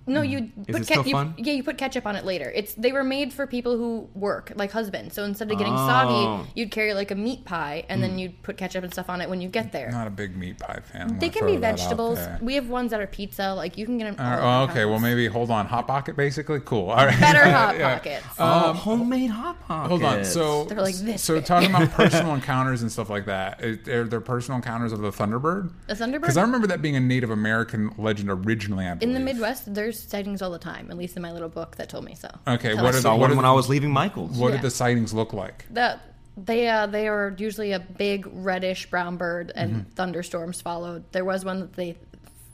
No, you
Is
put
it still
you-
fun?
yeah, you put ketchup on it later. It's they were made for people who work, like husbands. So instead of getting
Oh.
soggy, you'd carry like a meat pie, and then you'd put ketchup and stuff on it when you get there.
Mm. not a big meat pie fan. I'm gonna
they can
throw
be
that out
vegetables.
there.
We have ones that are pizza. Like you can get
All
them. all
right,
over
Uh, oh, okay, well
town.
maybe hold on. Hot pocket, basically. Cool. All right.
better hot pockets.
Oh, homemade hot pockets.
Hold on. So
They're like this
So
big.
talking about personal encounters and stuff like that, it- they're, they're personal encounters of the Thunderbird.
The Thunderbird?
Because I remember that being a Native American legend originally. I
in the
believe.
Midwest, there's sightings all the time. At least in my little book that told me so.
Okay,
Tell
what are
us.
the-
saw
what
one
is-
when I was leaving Michael's.
What
Yeah.
did the sightings look like?
that? They uh, they are usually a big reddish brown bird, and
Mm-hmm.
thunderstorms followed. There was one that they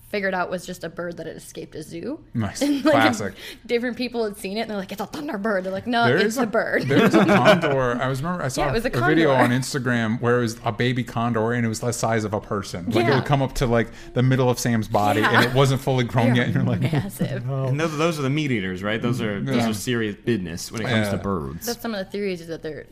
figured out was just a bird that had escaped a zoo.
Nice.
And,
Classic.
Different people had seen it, and they're like, "It's a thunderbird." They're like, "No,
There
uh, it's
is
a, bird."
There's a condor. I was remember I saw
Yeah, it was a
video
condor.
on Instagram where it was a baby condor and it was the size of a person. Like it
Yeah.
would come up to like the middle of Sam's body
Yeah.
and it wasn't fully grown yet. And you're like,
Massive.
And those, those are the meat eaters, right? Those are those are serious business when it comes
Yeah.
to birds.
That's some of the theories is that they're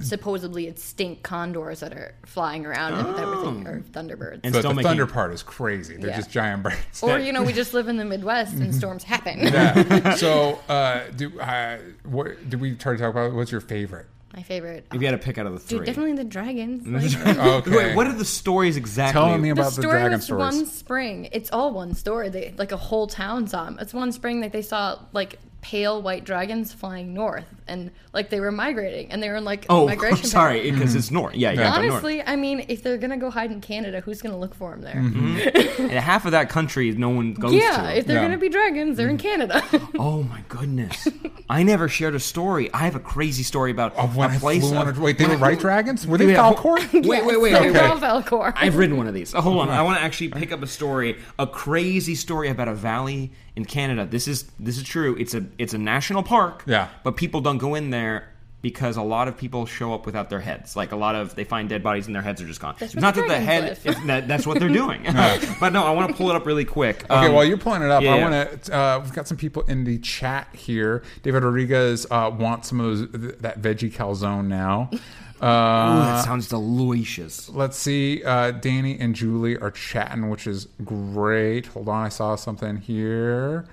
supposedly extinct condors that are flying around and that were
Oh.
think are thunderbirds.
And
but
still
the
making-
thunder part is crazy. They're
Yeah.
just giant birds.
or you know, we just live in the Midwest and
Mm-hmm.
storms happen.
Yeah. so uh, do uh, what? Did we try to talk about what's your favorite?
My favorite.
If you had to pick out of the three,
Dude, definitely the dragons. like-
Okay.
Wait, what are the stories exactly?
Tell me
the
about the,
story
dragon
was
stories.
one spring. It's all one story. They like a whole town saw 'em. It's one spring that they saw like pale white dragons flying north, and like they were migrating, and they were in like
Oh,
migration. pattern.
sorry, because it's north. Yeah, yeah.
Honestly, I mean, if they're gonna go hide in Canada, who's gonna look for them there?
Mm-hmm.
and half of that country no one goes
Yeah,
to.
if they're
Yeah.
gonna be dragons, they're in Canada.
Oh my goodness! I never shared a story. I have a crazy story about
Of when
a
I
place.
flew on
of-
a, wait, they were
when I-
right dragons? Were they
Yeah, hold-
Falcor?
Wait, wait, wait.
They're
wait.
Okay.
all Valcor.
I've written one of these. Oh, hold on. I want to actually pick up a story, a crazy story about a valley in Canada. This is this is true. It's a it's a national park.
Yeah.
But people don't go in there because a lot of people show up without their heads. Like a lot of they find dead bodies and their heads are just gone.
That's
It's
where
not
the
that the head
dragons
is, that, that's what they're doing. but no, I want to pull it up really quick.
Okay,
Um,
while you're pulling it up,
yeah,
I
yeah.
want to. Uh, we've got some people in the chat here. David Rodriguez uh, wants some of those th- that veggie calzone now.
Ooh,
Uh,
that sounds delicious.
let's see. Uh, Danny and Julie are chatting, which is great. Hold on, I saw something here.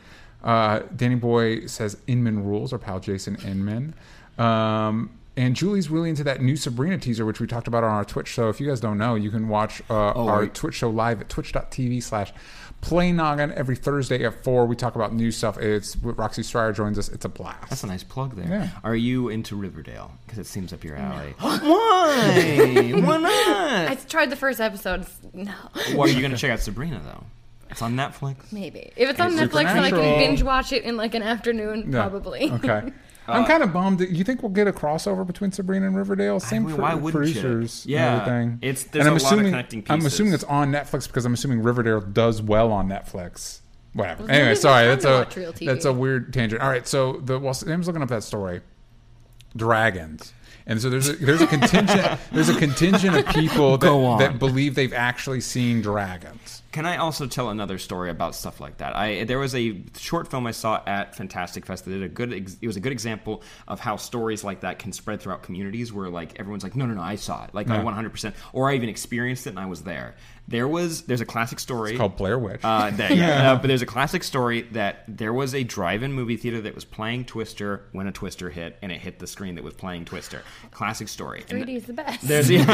Uh, Danny Boy says Inman rules, our pal Jason Inman. Um, and Julie's really into that new Sabrina teaser, which we talked about on our Twitch. So if you guys don't know, you can watch uh, our
wait.
Twitch show live at twitch.tv slash play noggin every Thursday at 4. We talk about new stuff. It's Roxy Stryer joins us. It's a blast.
That's a nice plug there.
Yeah.
Are you into Riverdale? Because it seems up your alley. Why? Why not?
I tried the first episode. It's- No,
Well, are you going to check out Sabrina though? It's on Netflix.
maybe if it's on
It's
Netflix, then I
supernatural.
can binge watch it in like an afternoon,
Yeah.
probably.
Okay.
Uh,
I'm kind of bummed. that- You think we'll get a crossover between Sabrina and Riverdale? Same
mean,
pro-
why wouldn't you?
producers.
Yeah.
And everything.
It's- there's
and I'm
a lot of
assuming,
connecting
I'm
pieces.
assuming it's on Netflix because I'm assuming Riverdale does well on Netflix. Whatever.
Well,
anyway,
nobody's
sorry.
trying
That's
to
a
watch real TV.
that's a weird tangent. All right. So the while Sam's looking up that story, dragons. And so there's a, there's a contingent there's a contingent of people
Go on.
that, that believe they've actually seen dragons.
Can I also tell another story about stuff like that? I there was a short film I saw at Fantastic Fest that did a good. Ex- it was a good example of how stories like that can spread throughout communities where like everyone's like, no, no, no, I saw it, like I 100, percent or I even experienced it and I was there. There was there's a classic story
It's called Blair Witch.
Uh, there, yeah. Uh, but there's a classic story that there was a drive-in movie theater that was playing Twister when a Twister hit, and it hit the screen that was playing Twister. Classic story. And
3D is the best.
there's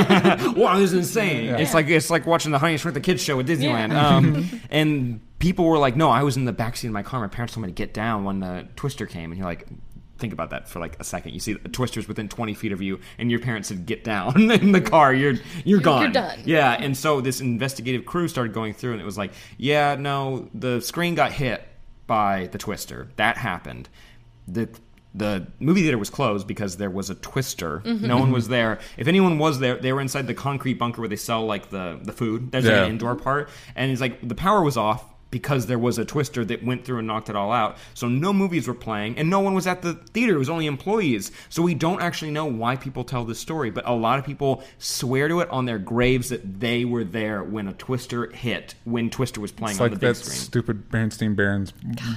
wow, this is insane. It's like it's like watching the Honey I Shrunk the Kids show at Disneyland. Um, and people were like, "No, I was in the backseat of my car. My parents told me to get down when the Twister came." And you're like. Think about that for like a second. You see the twisters within 20 feet of you, and your parents said, "Get down in the car. You're you're gone.
done.
Yeah." And so this investigative crew started going through, and it was like, "Yeah, no, the screen got hit by the twister. That happened. The the movie theater was closed because there was a twister. No one was there. If anyone was there, they were inside the concrete bunker where they sell like the, the food. There's
Yeah.
like an indoor part. And it's like the power was off because there was a twister that went through and knocked it all out. So no movies were playing and no one was at the theater. It was only employees. So we don't actually know why people tell this story, but a lot of people swear to it on their graves that they were there when a twister hit, when Twister was playing
it's
on
like
the big
that
screen.
stupid Bernstein Barons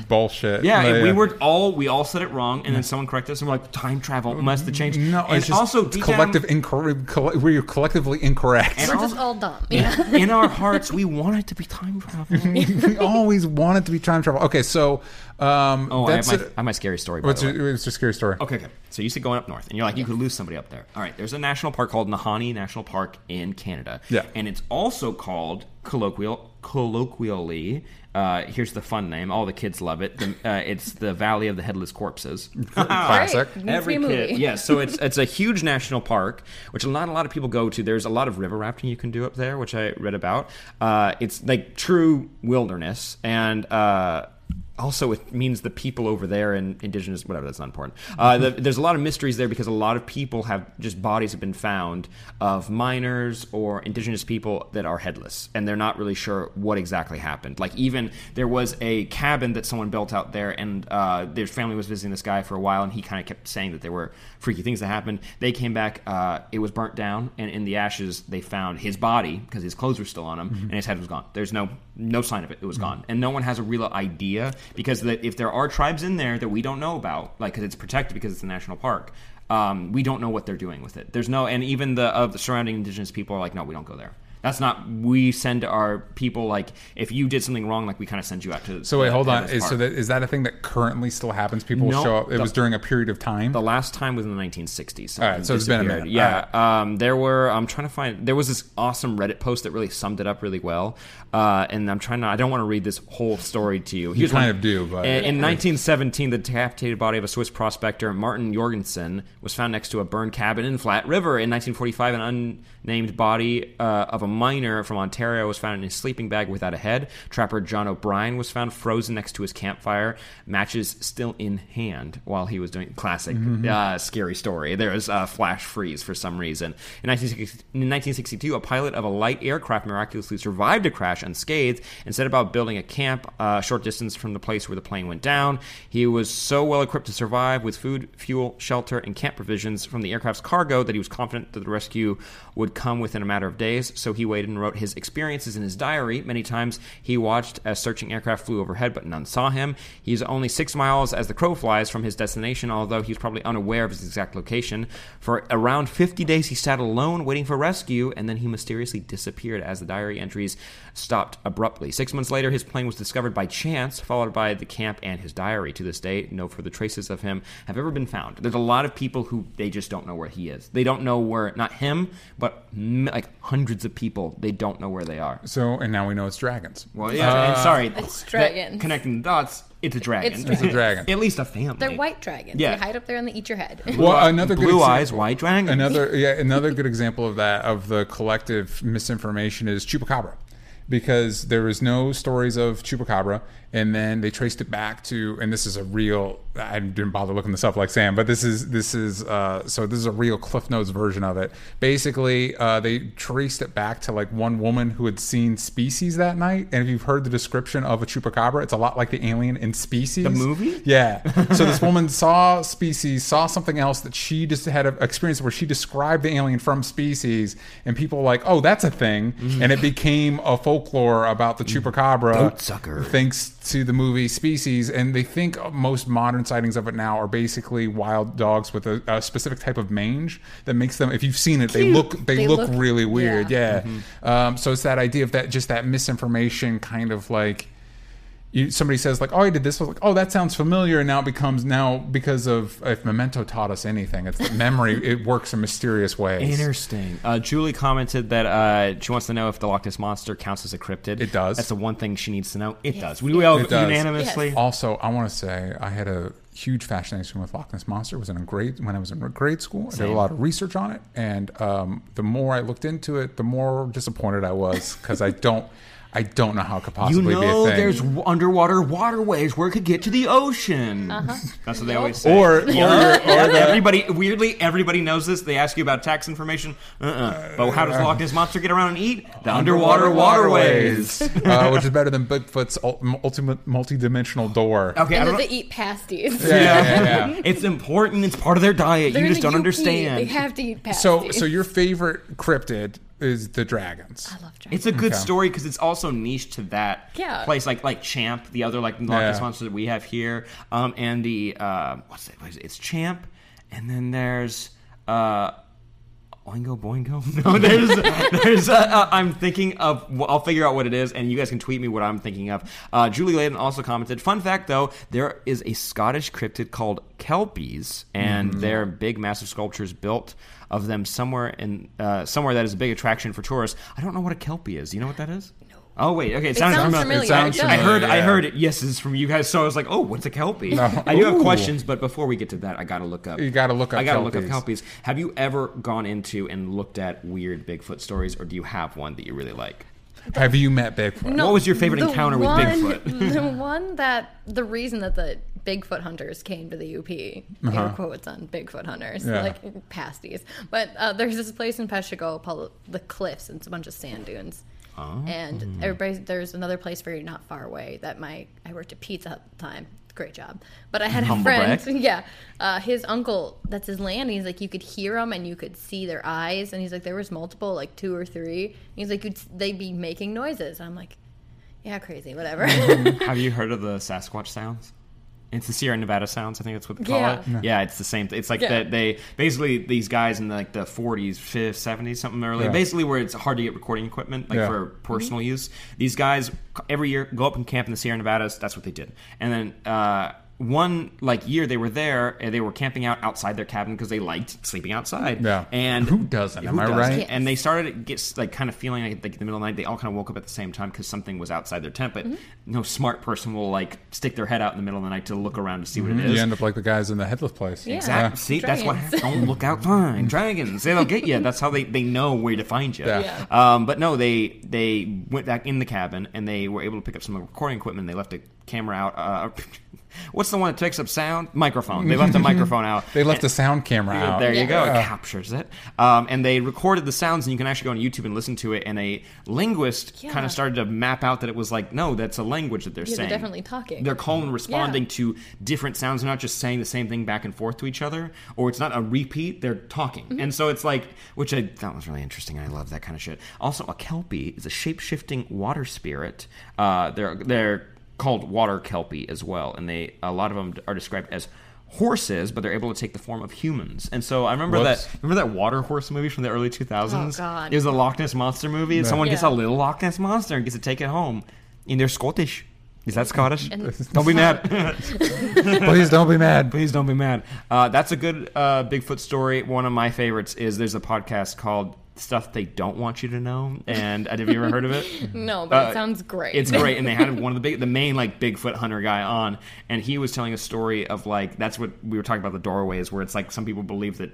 bullshit.
Yeah,
Like,
and we were all we all said it wrong, and then someone corrected us, and we're like, "Time travel must have changed."
Mm, No,
and
it's just
also
it's
deep
collective
down-
incorrect. Coll- we're collectively incorrect.
We're just all dumb. Yeah.
in our hearts, we want it to be time travel.
we always wanted to be time travel. Okay, so um,
oh, I have,
that's
my,
it.
I have my scary story. By
What's
the way.
your, it's your scary story?
Okay, okay. So you said going up north, and you're like, you could lose somebody up there. All right, there's a national park called Nahani National Park in Canada.
Yeah.
And it's also called colloquial, colloquially, uh, here's the fun name. All the kids love it. The, uh, it's the Valley of the Headless Corpses.
Classic.
Great. Needs to be a movie.
kid, yeah. So it's it's a huge national park, which not a lot of people go to. There's a lot of river rafting you can do up there, which I read about. Uh, it's like true wilderness, and uh, also it means the people over there and indigenous whatever. That's not important. Uh, the, there's a lot of mysteries there because a lot of people have just bodies have been found of miners or indigenous people that are headless, and they're not really sure what exactly happened. Like even there was a cabin that someone built out there, and uh, their family was visiting this guy for a while, and he kind of kept saying that there were freaky things that happened. They came back, uh, it was burnt down, and in the ashes they found his body because his clothes were still on
Mm-hmm.
him, and his head was gone. There's no no sign of it; it was gone, and no one has a real idea because that if there are tribes in there that we don't know about, like because it's protected because it's a national park. Um, we don't know what they're doing with it. There's no, and even the of the surrounding indigenous people are like, no, we don't go there. That's not we send our people like if you did something wrong, like we kind of send you out to.
So wait,
the
hold on.
headless
Is, so
park.
that, is that a thing that currently still happens? People
No,
show up. It
the-
was during a period of time.
the last time was in the 1960s.
All right, so it's been a
Disappeared.
minute. All
Yeah,
right.
um, there were. I'm trying to find. There was this awesome Reddit post that really summed it up really well. Uh, and I'm trying to. I don't want to read this whole story to you. Here's
kind
one.
of do, but-
in, in 1917, the decapitated body of a Swiss prospector Martin Jorgensen was found next to a burned cabin in Flat River. In 1945, an unnamed body uh, of a miner from Ontario was found in a sleeping bag without a head. Trapper John O'Brien was found frozen next to his campfire, matches still in hand, while he was doing classic
Mm-hmm.
uh, scary story. There was a flash freeze for some reason. In 1960 in 1962, a pilot of a light aircraft miraculously survived a crash unscathed and set about building a camp a short distance from the place where the plane went down. He was so well equipped to survive with food, fuel, shelter, and camp provisions from the aircraft's cargo that he was confident that the rescue would come within a matter of days. So he waited and wrote his experiences in his diary. Many times he watched as searching aircraft flew overhead, but none saw him. He's only six miles as the crow flies from his destination, although he was probably unaware of his exact location. For around 50 days, he sat alone waiting for rescue, and then he mysteriously disappeared as the diary entries stopped abruptly. Six months later, his plane was discovered by chance, followed by the camp and his diary. To this day, no further traces of him have ever been found. There's a lot of people who they just don't know where he is. They don't know where, not him, but m- like hundreds of people, they don't know where they are.
so and now we know it's dragons.
Well, yeah, and sorry,
It's
that-
dragons.
Connecting the dots, it's a dragon.
It's It's a
dragon.
At least a family.
They're white dragons.
Yeah.
They hide up there and they eat your head.
Well, another good
blue
example-
eyes, white dragon.
Another yeah, another good example of that of the collective misinformation is chupacabra, because there was no stories of chupacabra, and then they traced it back to and this is a real I didn't bother looking this up like Sam, but this is this is uh, so this is a real Cliff Notes version of it. Basically, uh, they traced it back to like one woman who had seen Species that night, and if you've heard the description of a chupacabra, it's a lot like the alien in Species, the
movie?
yeah. So this woman saw species, saw something else that she just had an experience where she described the alien from species, and people were like, oh, that's a thing, and it became a folklore about the chupacabra.
Goat sucker.
Thanks to the movie Species, and they think most modern sightings of it now are basically wild dogs with a, a specific type of mange that makes them. If you've seen it, they look they,
They
look,
look-
really weird.
yeah.
Yeah. Um, so it's that idea of that just that misinformation kind of like you, somebody says like, "Oh, I did this." I was like, "Oh, that sounds familiar." And now it becomes now because of if Memento taught us anything, it's that memory. it works in mysterious ways.
Interesting. Uh, Julie commented that uh, she wants to know if the Loch Ness monster counts as a cryptid.
It does.
That's the one thing she needs to know. It does. We will
It does.
unanimously.
Yes.
also, I want to say I had a huge fascination with Loch Ness monster. It was in a grade when I was in grade school. I did a lot of research on it, and um, the more I looked into it, the more disappointed I was because I don't, I don't know how it could
You
possibly be a
know,
thing.
there's w- underwater waterways where it could get to the ocean.
Uh-huh.
That's what they always say.
or, or,
Yeah.
or the,
everybody, weirdly, everybody knows this. They ask you about tax information. Uh-uh. But how does the Loch Ness monster get around and eat? The underwater, waterways.
uh, which is better than Bigfoot's ul- ultimate multi-dimensional door.
Okay, I
and
don't
then
know-
they eat pasties.
Yeah, yeah, yeah.
It's important. It's part of their diet.
They're
you
in
just
the
don't
UP.
understand.
They have to eat pasties.
So, so your favorite cryptid is the dragons.
I love
It's
dragons.
a good story because it's also niche to that
Yeah.
place, like like Champ, the other like Loch Ness
Yeah.
monster that we have here, um, and the uh, what's it? What is it? It's Champ, and then there's uh, Oingo Boingo. No, there's there's uh, uh, I'm thinking of. Well, I'll figure out what it is, and you guys can tweet me what I'm thinking of. Uh, Julie Layden also commented. Fun fact though, there is a Scottish cryptid called Kelpies, and they're big, massive sculptures built. Of them somewhere in uh, somewhere that is a big attraction for tourists. I don't know what a kelpie is. You know what that is? No. Oh wait, okay. It, sounds,
sounds
familiar.
familiar,
it sounds
it does.
I heard I
Yeah.
heard it yeses from you guys, so I was like, oh, what's a kelpie? I do have
Ooh.
questions, but before we get to that, I gotta look up.
You gotta look up
I gotta look up
kelpies.
kelpies. Have you ever gone into and looked at weird Bigfoot stories, or do you have one that you really like?
Have you met Bigfoot?
No,
What was your favorite
the
encounter with
one-
Bigfoot?
The one that the reason that the Bigfoot hunters came to the UP,
Uh-huh.
air quotes on Bigfoot hunters,
Yeah.
like pasties. But uh, there's this place in Peshtigo called the Cliffs, and it's a bunch of sand dunes.
Oh.
And everybody, there's another place very not far away that my I worked at Pizza Hut at the time. Great job, but I had a
Humble
friend.
brag.
Yeah, uh, his uncle. That's his land. And he's like, you could hear them and you could see their eyes. And he's like, there was multiple, like two or three. And he's like, you'd, they'd be making noises. And I'm like, yeah, crazy, whatever.
Mm-hmm. have you heard of the Sasquatch sounds? It's the Sierra Nevada sounds. I think that's what they call
Yeah.
it. Yeah. it's the same. It's like
Yeah.
that they basically these guys in like the 40s, 50s, 70s, something early.
Yeah.
Basically, where it's hard to get recording equipment like
Yeah.
for personal
Mm-hmm.
use. These guys every year go up and camp in the Sierra Nevadas. That's what they did. And then uh, one like year they were there and they were camping out outside their cabin because they liked sleeping outside.
Yeah.
And
Who doesn't? Am I right?
Yes.
And they started get like kind of feeling like, like in the middle of the night they all kind of woke up at the same time because something was outside their tent.
Mm-hmm.
But no smart person will like stick their head out in the middle of the night to look around to see what it is.
You end up like the guys in the headless place. Uh,
Yeah.
Exactly. See, that's what happens.
Dragons.
Don't look outside. Dragons, they'll get you. That's how they, they know where to find you.
Yeah.
Yeah.
Um, but no, they they went back in the cabin and they were able to pick up some recording equipment. They left a camera out. Uh, what's the one that takes up sound? Microphone. They left a microphone out.
They left
And-
the sound camera out.
there you
Yeah.
go. It captures it. Um, and they recorded the sounds, and you can actually go on YouTube and listen to it. And a linguist
Yeah.
kind of started to map out that it was like, no, that's a language that they're
Yeah, they're
saying.
definitely talking.
They're calling and responding to different sounds. They're not just saying the same thing back and forth to each other, or it's not a repeat. They're talking.
Mm-hmm.
And so it's like, which I thought was really interesting. I love that kind of shit. Also, a kelpie is a shape shifting water spirit. Uh, they're, they're called water kelpie as well. And they a lot of them are described as horses but they're able to take the form of humans and so i remember
Whoops.
that remember that water horse movie from the early 2000s
Oh, God.
it was a loch ness monster movie and someone gets
Yeah.
a little loch ness monster and gets to take it home and they're scottish is that scottish
And-
don't be mad
Please don't be mad.
Please don't be mad. Uh, that's a good uh, Bigfoot story. One of my favorites is there's a podcast called Stuff They Don't Want You to Know. And uh, have you ever heard of it?
No, but
Uh,
it sounds great.
It's great, and they had one of the big, the main like Bigfoot hunter guy on, and he was telling a story of like that's what we were talking about the doorways, where it's like some people believe that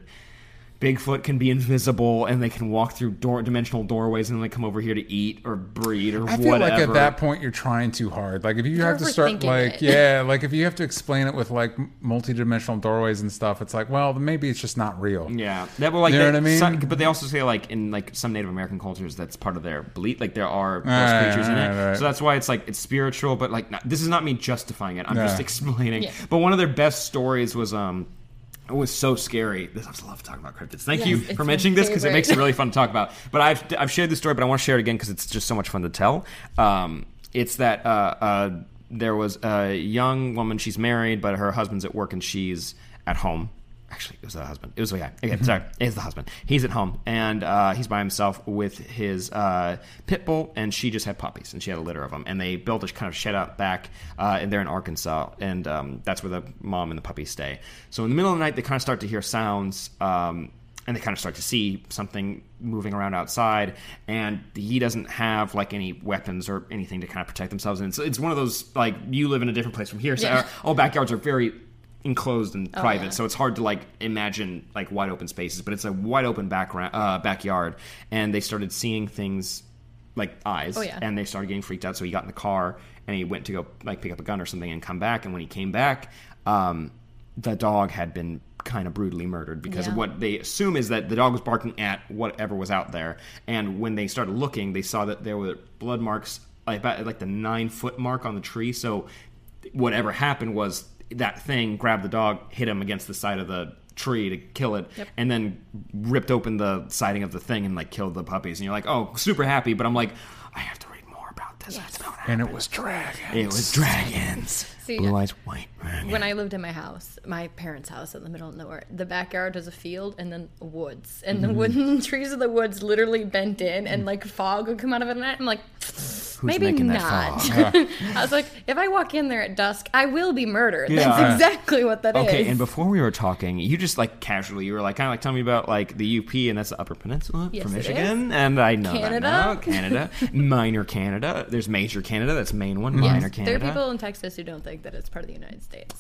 Bigfoot can be invisible and they can walk through door, dimensional doorways, and then they come over here to eat or breed or
I feel
whatever.
like at that point you're trying too hard. Like if you have to start
overthinking
like
it.
yeah, like if you have to explain it with like m- multidimensional doorways and stuff, it's like well maybe it's just not real.
Yeah, that well, like
You
that-
know what I mean?
some- but they also say like in like some Native American cultures that's part of their belief. Like there are those
Right,
creatures in it,
right, right.
so that's why it's like it's spiritual. But like not, this is not me justifying it. I'm
Yeah.
just explaining.
Yeah.
But one of their best stories was um. It was so scary. This, I love talking about cryptids. Thank
Yes,
you
it's
for
my
mentioning this because it
favorite.
makes it really fun to talk about. But I've, I've shared this story, but I want to share it again because it's just so much fun to tell. Um, it's that uh, uh, there was a young woman. She's married, but her husband's at work and she's at home actually it was the husband it was the guy okay
Mm-hmm.
sorry it's the husband he's at home and uh, he's by himself with his uh, pit bull and she just had puppies and she had a litter of them and they built a kind of shed out back uh, and they're in arkansas and um, that's where the mom and the puppy stay so in the middle of the night they kind of start to hear sounds um, and they kind of start to see something moving around outside and he doesn't have like any weapons or anything to kind of protect themselves and so it's one of those like you live in a different place from here so
Yeah. Oh,
all backyards are very enclosed and private
yeah.
so it's hard to like imagine like wide open spaces but it's a wide open background uh, backyard and they started seeing things like eyes
Oh, yeah.
and they started getting freaked out so he got in the car and he went to go like pick up a gun or something and come back and when he came back um, the dog had been kind of brutally murdered because of
Yeah.
what they assume is that the dog was barking at whatever was out there and when they started looking they saw that there were blood marks like about like the nine foot mark on the tree so whatever happened was that thing grabbed the dog hit him against the side of the tree to kill it and then ripped open the siding of the thing and like killed the puppies and you're like oh super happy but i'm like i have to read more about this That's not
And it was dragon.
it was dragons
See,
blue eyes white dragon.
when I lived in my house, my parents' house in the middle of nowhere, the backyard was a field and then woods. And
Mm-hmm.
the wooden trees of the woods literally bent in and like fog would come out of it. And I'm like, maybe
Mm. making that
not. I was like, if I walk in there at dusk, I will be murdered.
Yeah.
That's exactly what that is.
Okay, and before we were talking, you just like casually, you were like kind of like telling me about like the UP, and that's the Upper Peninsula
Yes,
from
it is.
Michigan, and I know that
Canada.
now. Canada, minor Canada. There's major Canada. That's main one.
Yes,
Minor Canada. Ah.
There are people in Texas who don't think that it's part of the United States.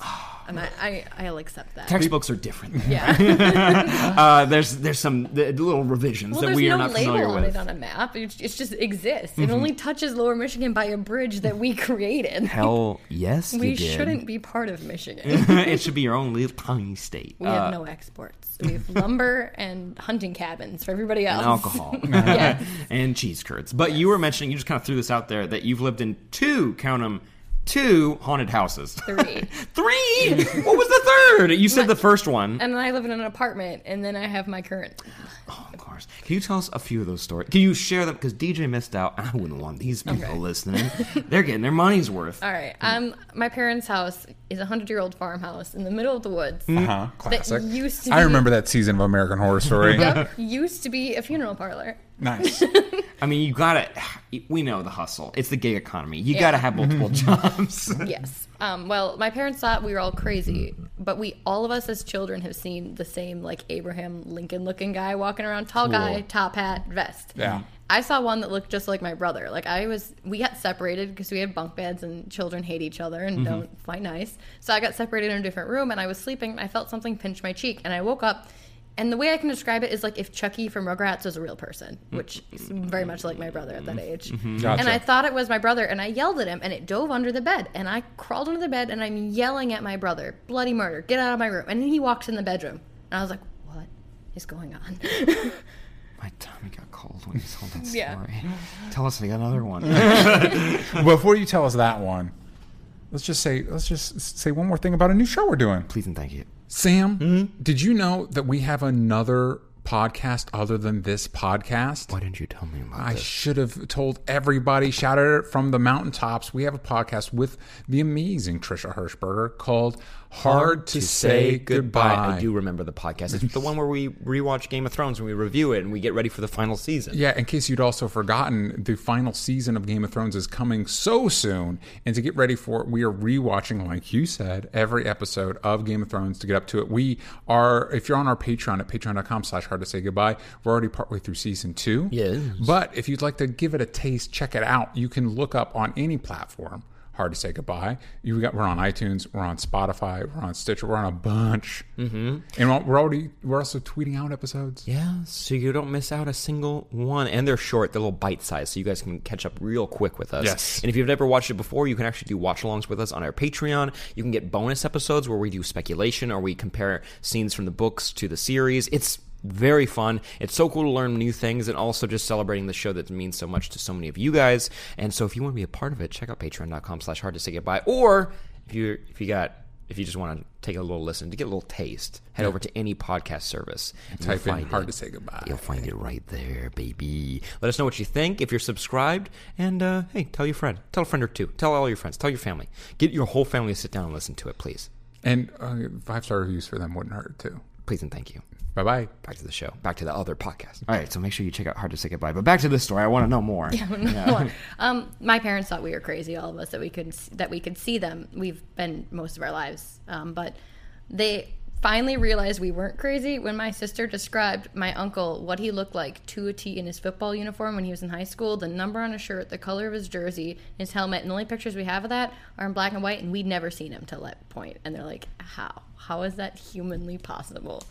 and I, I, I'll accept that.
Textbooks are different.
yeah.
Uh, there's there's some the, the little revisions
Well,
that
there's
we are
no
not
label
familiar
on
with. Mm-hmm.
it on a map. It, it just exists. It only touches Lower Michigan by a bridge that we created.
Hell yes,
we
you did.
shouldn't be part of Michigan.
it should be your own little tiny state.
We have no exports. We have lumber and hunting cabins for everybody else.
and alcohol
Yes.
and cheese curds. But you were mentioning, you just kind of threw this out there, that you've lived in two, count 'em, Two haunted houses.
Three.
Three? what was the third? You said the first one.
and then I live in an apartment, and then I have my current.
Oh, Of course. Can you tell us a few of those stories? Can you share them? Because DJ missed out. I wouldn't want these people listening. They're getting their money's worth.
All right. Um, my parents' house is a hundred-year-old farmhouse in the middle of the woods.
Uh-huh.
Huh? Classic.
used to
I
be-
remember that season of American Horror Story.
Yep, used to be a funeral parlor.
Nice.
I mean, you gotta. We know the hustle. It's the gig economy. You gotta have multiple jobs.
Yes. Um, well, my parents thought we were all crazy, but we, all of us as children, have seen the same like Abraham Lincoln-looking guy walking around, tall guy, top hat, vest.
Yeah.
I saw one that looked just like my brother. Like I was, we got separated because we had bunk beds and children hate each other and don't fight nice. So I got separated in a different room, and I was sleeping. and I felt something pinch my cheek, and I woke up. And the way I can describe it is like if Chucky from Rugrats was a real person, which is very much like my brother at that age.
Gotcha.
And I thought it was my brother, and I yelled at him, and it dove under the bed. And I crawled under the bed, and I'm yelling at my brother, bloody murder, get out of my room. And he walks in the bedroom, and I was like, what is going on?
My tummy got cold when you told that story.
Yeah.
Tell us another one.
Before you tell us that one, let's just say let's just say one more thing about a new show we're doing.
Please and thank you.
Sam,
Mm-hmm.
did you know that we have another podcast other than this podcast?
Why didn't you tell me about
I
this?
should have told everybody, shouted it from the mountaintops. We have a podcast with the amazing Trisha Hirschberger called Hard, to, Say, Goodbye.
I do remember the podcast. It's the one where we rewatch Game of Thrones and we review it and we get ready for the final season.
Yeah, in case you'd also forgotten, the final season of Game of Thrones is coming so soon. And to get ready for it, we are rewatching, like you said, every episode of Game of Thrones to get up to it. We are, if you're on our Patreon at patreon.com slash hard to say goodbye, we're already partway through season two.
Yes.
But if you'd like to give it a taste, check it out. You can look up on any platform. Hard to say goodbye. You got we're on iTunes, we're on Spotify, we're on Stitcher, we're on a bunch, mm-hmm. and we're already we're also tweeting out episodes.
Yeah, so you don't miss out a single one. And they're short, they're little bite sized, so you guys can catch up real quick with us.
Yes.
And if you've never watched it before, you can actually do watch alongs with us on our Patreon. You can get bonus episodes where we do speculation or we compare scenes from the books to the series. It's very fun. It's so cool to learn new things and also just celebrating the show that means so much to so many of you guys. And so if you want to be a part of it, check out patreon.com slash hard to say goodbye. Or if you if you got if you just want to take a little listen to get a little taste, head over to any podcast service. and
Type
you'll
in
find
hard
it.
to say goodbye.
You'll find it right there, baby. Let us know what you think if you're subscribed. And uh, hey, tell your friend. Tell a friend or two. Tell all your friends. Tell your family. Get your whole family to sit down and listen to it, please.
And uh, five star reviews for them wouldn't hurt too.
Please and thank you.
Bye bye.
Back to the show. Back to the other podcast. All right, so make sure you check out Hard to Say Goodbye. But back to this story. I want to know more.
um, my parents thought we were crazy, all of us, that we could that we could see them. We've been most of our lives, um, but they finally realized we weren't crazy when my sister described my uncle what he looked like to a T in his football uniform when he was in high school, the number on his shirt, the color of his jersey, his helmet, and the only pictures we have of that are in black and white, and we'd never seen him till that point. And they're like, "How? How is that humanly possible?"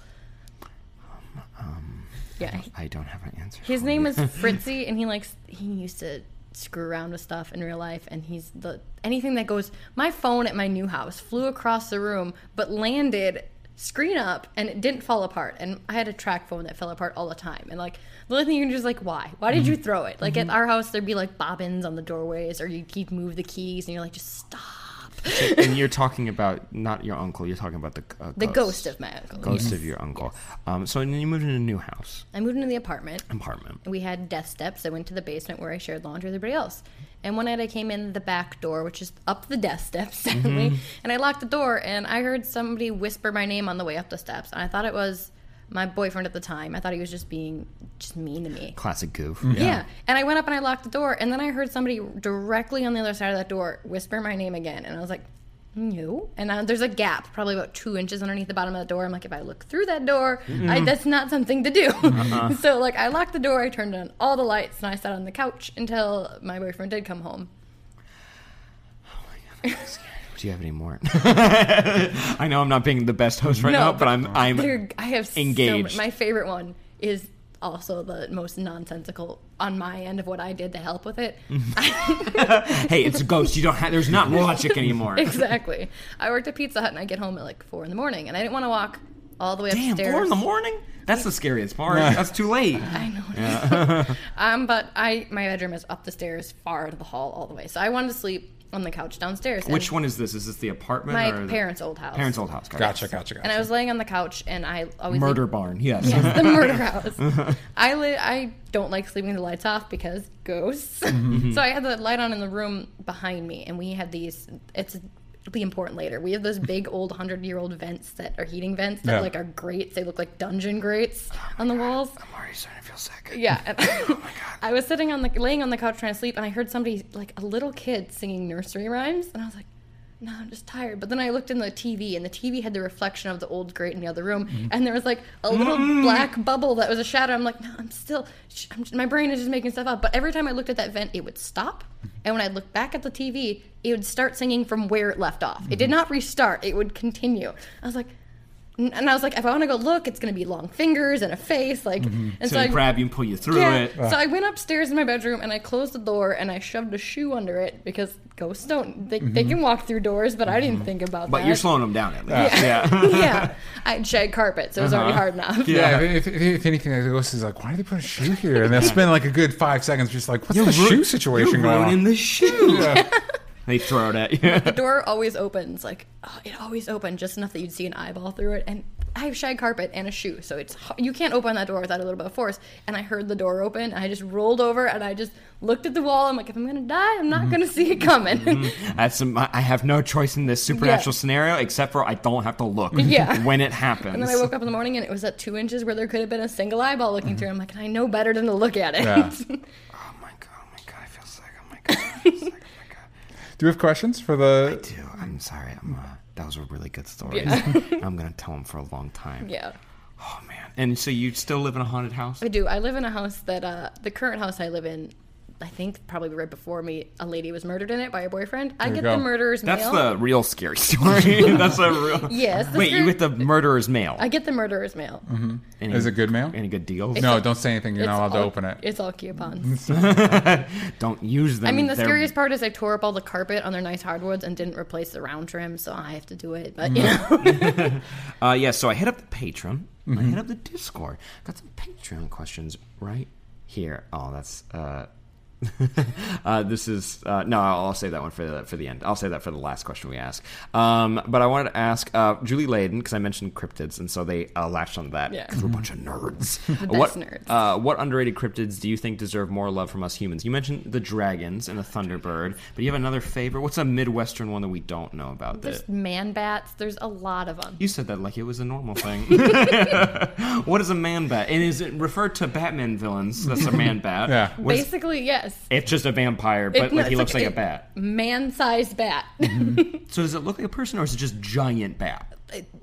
yeah,
I don't have an answer.
his
for
name
you.
is Fritzy, and he likes he used to screw around with stuff in real life, and he's the anything that goes. My phone at my new house flew across the room, but landed screen up, and it didn't fall apart. And I had a track phone that fell apart all the time, and like the only thing you can do is like, why? Why did you throw it? Like at our house, there'd be like bobbins on the doorways, or you would keep move the keys, and you're like, just stop.
and you're talking about not your uncle. You're talking about the uh,
The ghost of my uncle.
ghost of your uncle. Um, so then you moved into a new house
I moved into the apartment.
apartment.
we had death steps. I went to the basement where I shared laundry with everybody else. And one night I came in the back door, which is up the death steps, sadly, and I locked the door and I heard somebody whisper my name on the way up the steps. And I thought it was my boyfriend at the time. I thought he was just being just mean to me.
Classic goof.
Yeah. And I went up and I locked the door, and then I heard somebody directly on the other side of that door whisper my name again. And I was like, no. And I, there's a gap, probably about two inches underneath the bottom of the door. I'm like, if I look through that door, I, that's not something to do. so, like, I locked the door, I turned on all the lights, and I sat on the couch until my boyfriend did come home.
Do you have any more? I know I'm not being the best host right
No,
now, but
but
I'm I'm
They're- I have so
engaged.
many- my favorite one is also the most nonsensical on my end of what I did to help with it.
hey, it's a ghost. You don't have. There's not logic anymore.
exactly. I worked at Pizza Hut and I get home at like four in the morning, and I didn't want to walk all the way
Damn,
upstairs.
four in the morning. That's the scariest part. That's too late.
I know. um, but I my bedroom is up the stairs, far into the hall, all the way. So I wanted to sleep. on the couch downstairs. and
Which one is this? Is this the apartment?
My
or the-
parents' old house.
Parents' old house. Got it.
Gotcha, gotcha, gotcha.
And I was laying on the couch, and I always
Murder barn. Yes.
Yes, the murder house. I li- I don't like sleeping with the lights off because ghosts. so I had the light on in the room behind me, and we had these. It's it'll be important later. We have those big old hundred year old vents that are heating vents that
Yeah.
like are grates. They look like dungeon grates on the walls.
I'm already starting to feel sick.
Yeah. and- I was sitting on the laying on the couch trying to sleep, and I heard somebody like a little kid singing nursery rhymes, and I was like. No, I'm just tired. But then I looked in the TV, and the TV had the reflection of the old grate in the other room, and there was like a little black bubble that was a shadow. I'm like, no, I'm still, sh- I'm, my brain is just making stuff up. But every time I looked at that vent, it would stop, and when I looked back at the TV, it would start singing from where it left off. It did not restart; it would continue. I was like, n- and I was like, if I want to go look, it's going to be long fingers and a face, like, and
So,
so, I
they grab you and pull you through
yeah.
it.
So I went upstairs in my bedroom and I closed the door and I shoved a shoe under it because ghosts don't they, they can walk through doors, but I didn't think about
But
that.
you're slowing them down at least. Yeah.
yeah, I had shag carpet, so it was already hard enough.
Yeah, if, if, if anything, the ghost is like, why did they put a shoe here? And they'll spend like a good five seconds just like, what's the
Ru-
shoe situation
you're
going on?
ruining the shoe. they throw it at you.
The door always opens, like oh, it always opened just enough that you'd see an eyeball through it. And I have shag carpet and a shoe, so it's h- you can't open that door without a little bit of force. And I heard the door open, and I just rolled over and I just looked at the wall. I'm like, if I'm gonna die, I'm not gonna see it coming.
That's some, I have no choice in this supernatural scenario except for I don't have to look
Yeah.
when it happens.
And then I woke up in the morning and it was at two inches where there could have been a single eyeball looking through. I'm like, I know better than to look at it.
Mm-hmm. Yeah.
Oh my god! Oh my god! I feel sick. Oh my god! I feel sick. Oh my god!
Do you have questions for the?
Dude, I'm sorry. I'm, uh, that was a really good story. I'm gonna tell him for a long time.
yeah.
Oh man! And so you still live in a haunted house?
I do. I live in a house that, uh, the current house I live in, I think probably right before me, a lady was murdered in it by her boyfriend. I
you
get
go.
the murderer's
That's
mail.
the real scary story. That's a real.
Yes, the
Wait, you
scary-
get the murderer's mail.
I get the murderer's mail.
Any-
Is it good mail?
Any good deals?
No, don't say anything. Mm-hmm, You're not allowed to
all-
open it.
It's all coupons.
Don't use them.
I mean, the
They're-
scariest part is I tore up all the carpet on their nice hardwoods and didn't replace the round trim, so I have to do it. But, you
Mm.
know.
Uh, yeah, so I hit up the Patreon. I hit up the Discord. Got some Patreon questions right here. Oh, that's. Uh, uh, this is uh, no. I'll, I'll save that one for the for the end. I'll save that for the last question we ask. Um, but I wanted to ask uh, Julie Layden because I mentioned cryptids, and so they uh, latched onto that.
Yeah.
'cause We're a bunch of nerds.
best
what
nerds.
Uh, what underrated cryptids do you think deserve more love from us humans? You mentioned the dragons and the thunderbird, but you have another favorite. What's a midwestern one that we don't know about? that-
There's man bats. There's a lot of them.
you said that like it was a normal thing. what is a man bat? And is it referred to Batman villains? That's a man bat.
Yeah.
What is-
Basically, yes.
it's just a vampire,
It-
but
no,
like he
it's
looks like, a
it-
bat.
Man-sized bat.
Mm-hmm.
So does it look like a person, or is it just giant bat?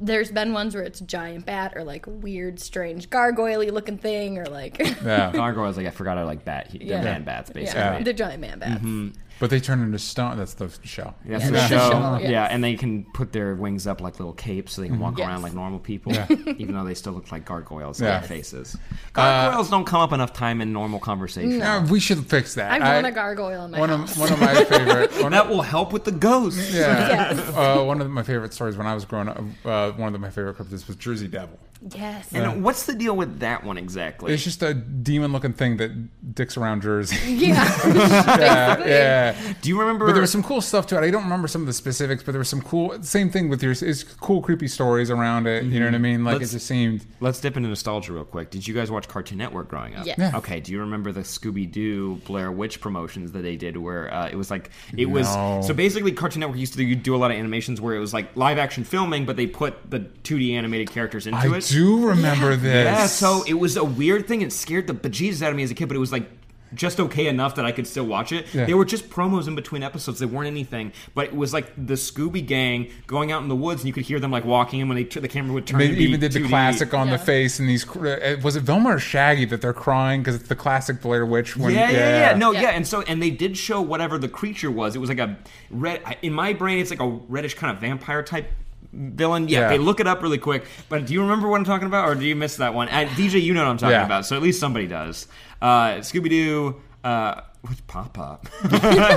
There's been ones where it's giant bat or like weird, strange, gargoyle looking thing or like
Yeah,
Gargoyle is like I forgot I like bat. They're
Yeah.
man bats basically.
yeah, the giant man bats.
but they turn into stone. That's the shell.
That's
Yeah,
the
that's the
show.
show,
Yeah.
yes.
and they can put their wings up like little capes, so they
Mm-hmm.
can walk
Yes.
around like normal people, even though they still look like gargoyles in
Yeah.
their faces. Gargoyles don't come up enough time in normal conversation.
Uh, we should fix that.
I've
I-
drawn a gargoyle in my
One
house.
of, one of my favorite. one of-
That will help with the ghosts.
yeah. Uh, one of my favorite stories when I was growing up. Uh, one of my favorite cryptids was Jersey Devil.
yes.
And what's the deal with that one exactly?
It's just a demon-looking thing that dicks around Jersey.
yeah.
yeah, yeah.
Do you remember?
But there was some cool stuff to it. I don't remember some of the specifics, but there was some cool. Same thing with your. It's cool, creepy stories around it. You know what I mean? Like
Mm-hmm. Let's-
it just seemed.
Let's dip into nostalgia real quick. Did you guys watch Cartoon Network growing up?
Yes. Yeah.
Okay. Do you remember the Scooby Doo Blair Witch promotions that they did, where uh, it was like it was
No.
so basically Cartoon Network used to do, do a lot of animations where it was like live action filming, but they put the 2D animated characters into
I
it.
do remember this.
Yeah. So it was a weird thing. It scared the bejesus out of me as a kid, but it was like. Just okay enough that I could still watch it.
Yeah.
They were just promos in between episodes. They weren't anything, but it was like the Scooby Gang going out in the woods, and you could hear them like walking. And when they t- the camera would turn,
They
to be
even did the
2D.
classic on the
Yeah.
face and these. cr- uh, Was it Velma or Shaggy that they're crying because it's the classic Blair Witch? When,
Yeah, yeah, yeah, No, yeah.
Yeah.
and so and they did show whatever the creature was. It was like a red. I- In my brain, it's like a reddish kind of vampire type villain. Yeah,
Yeah.
okay, look it up really quick. But do you remember what I'm talking about, or do you miss that one? Uh, DJ, you know what I'm talking
Yeah.
about, so at least somebody does. Uh, Scooby Doo. Uh, what's Pop Up?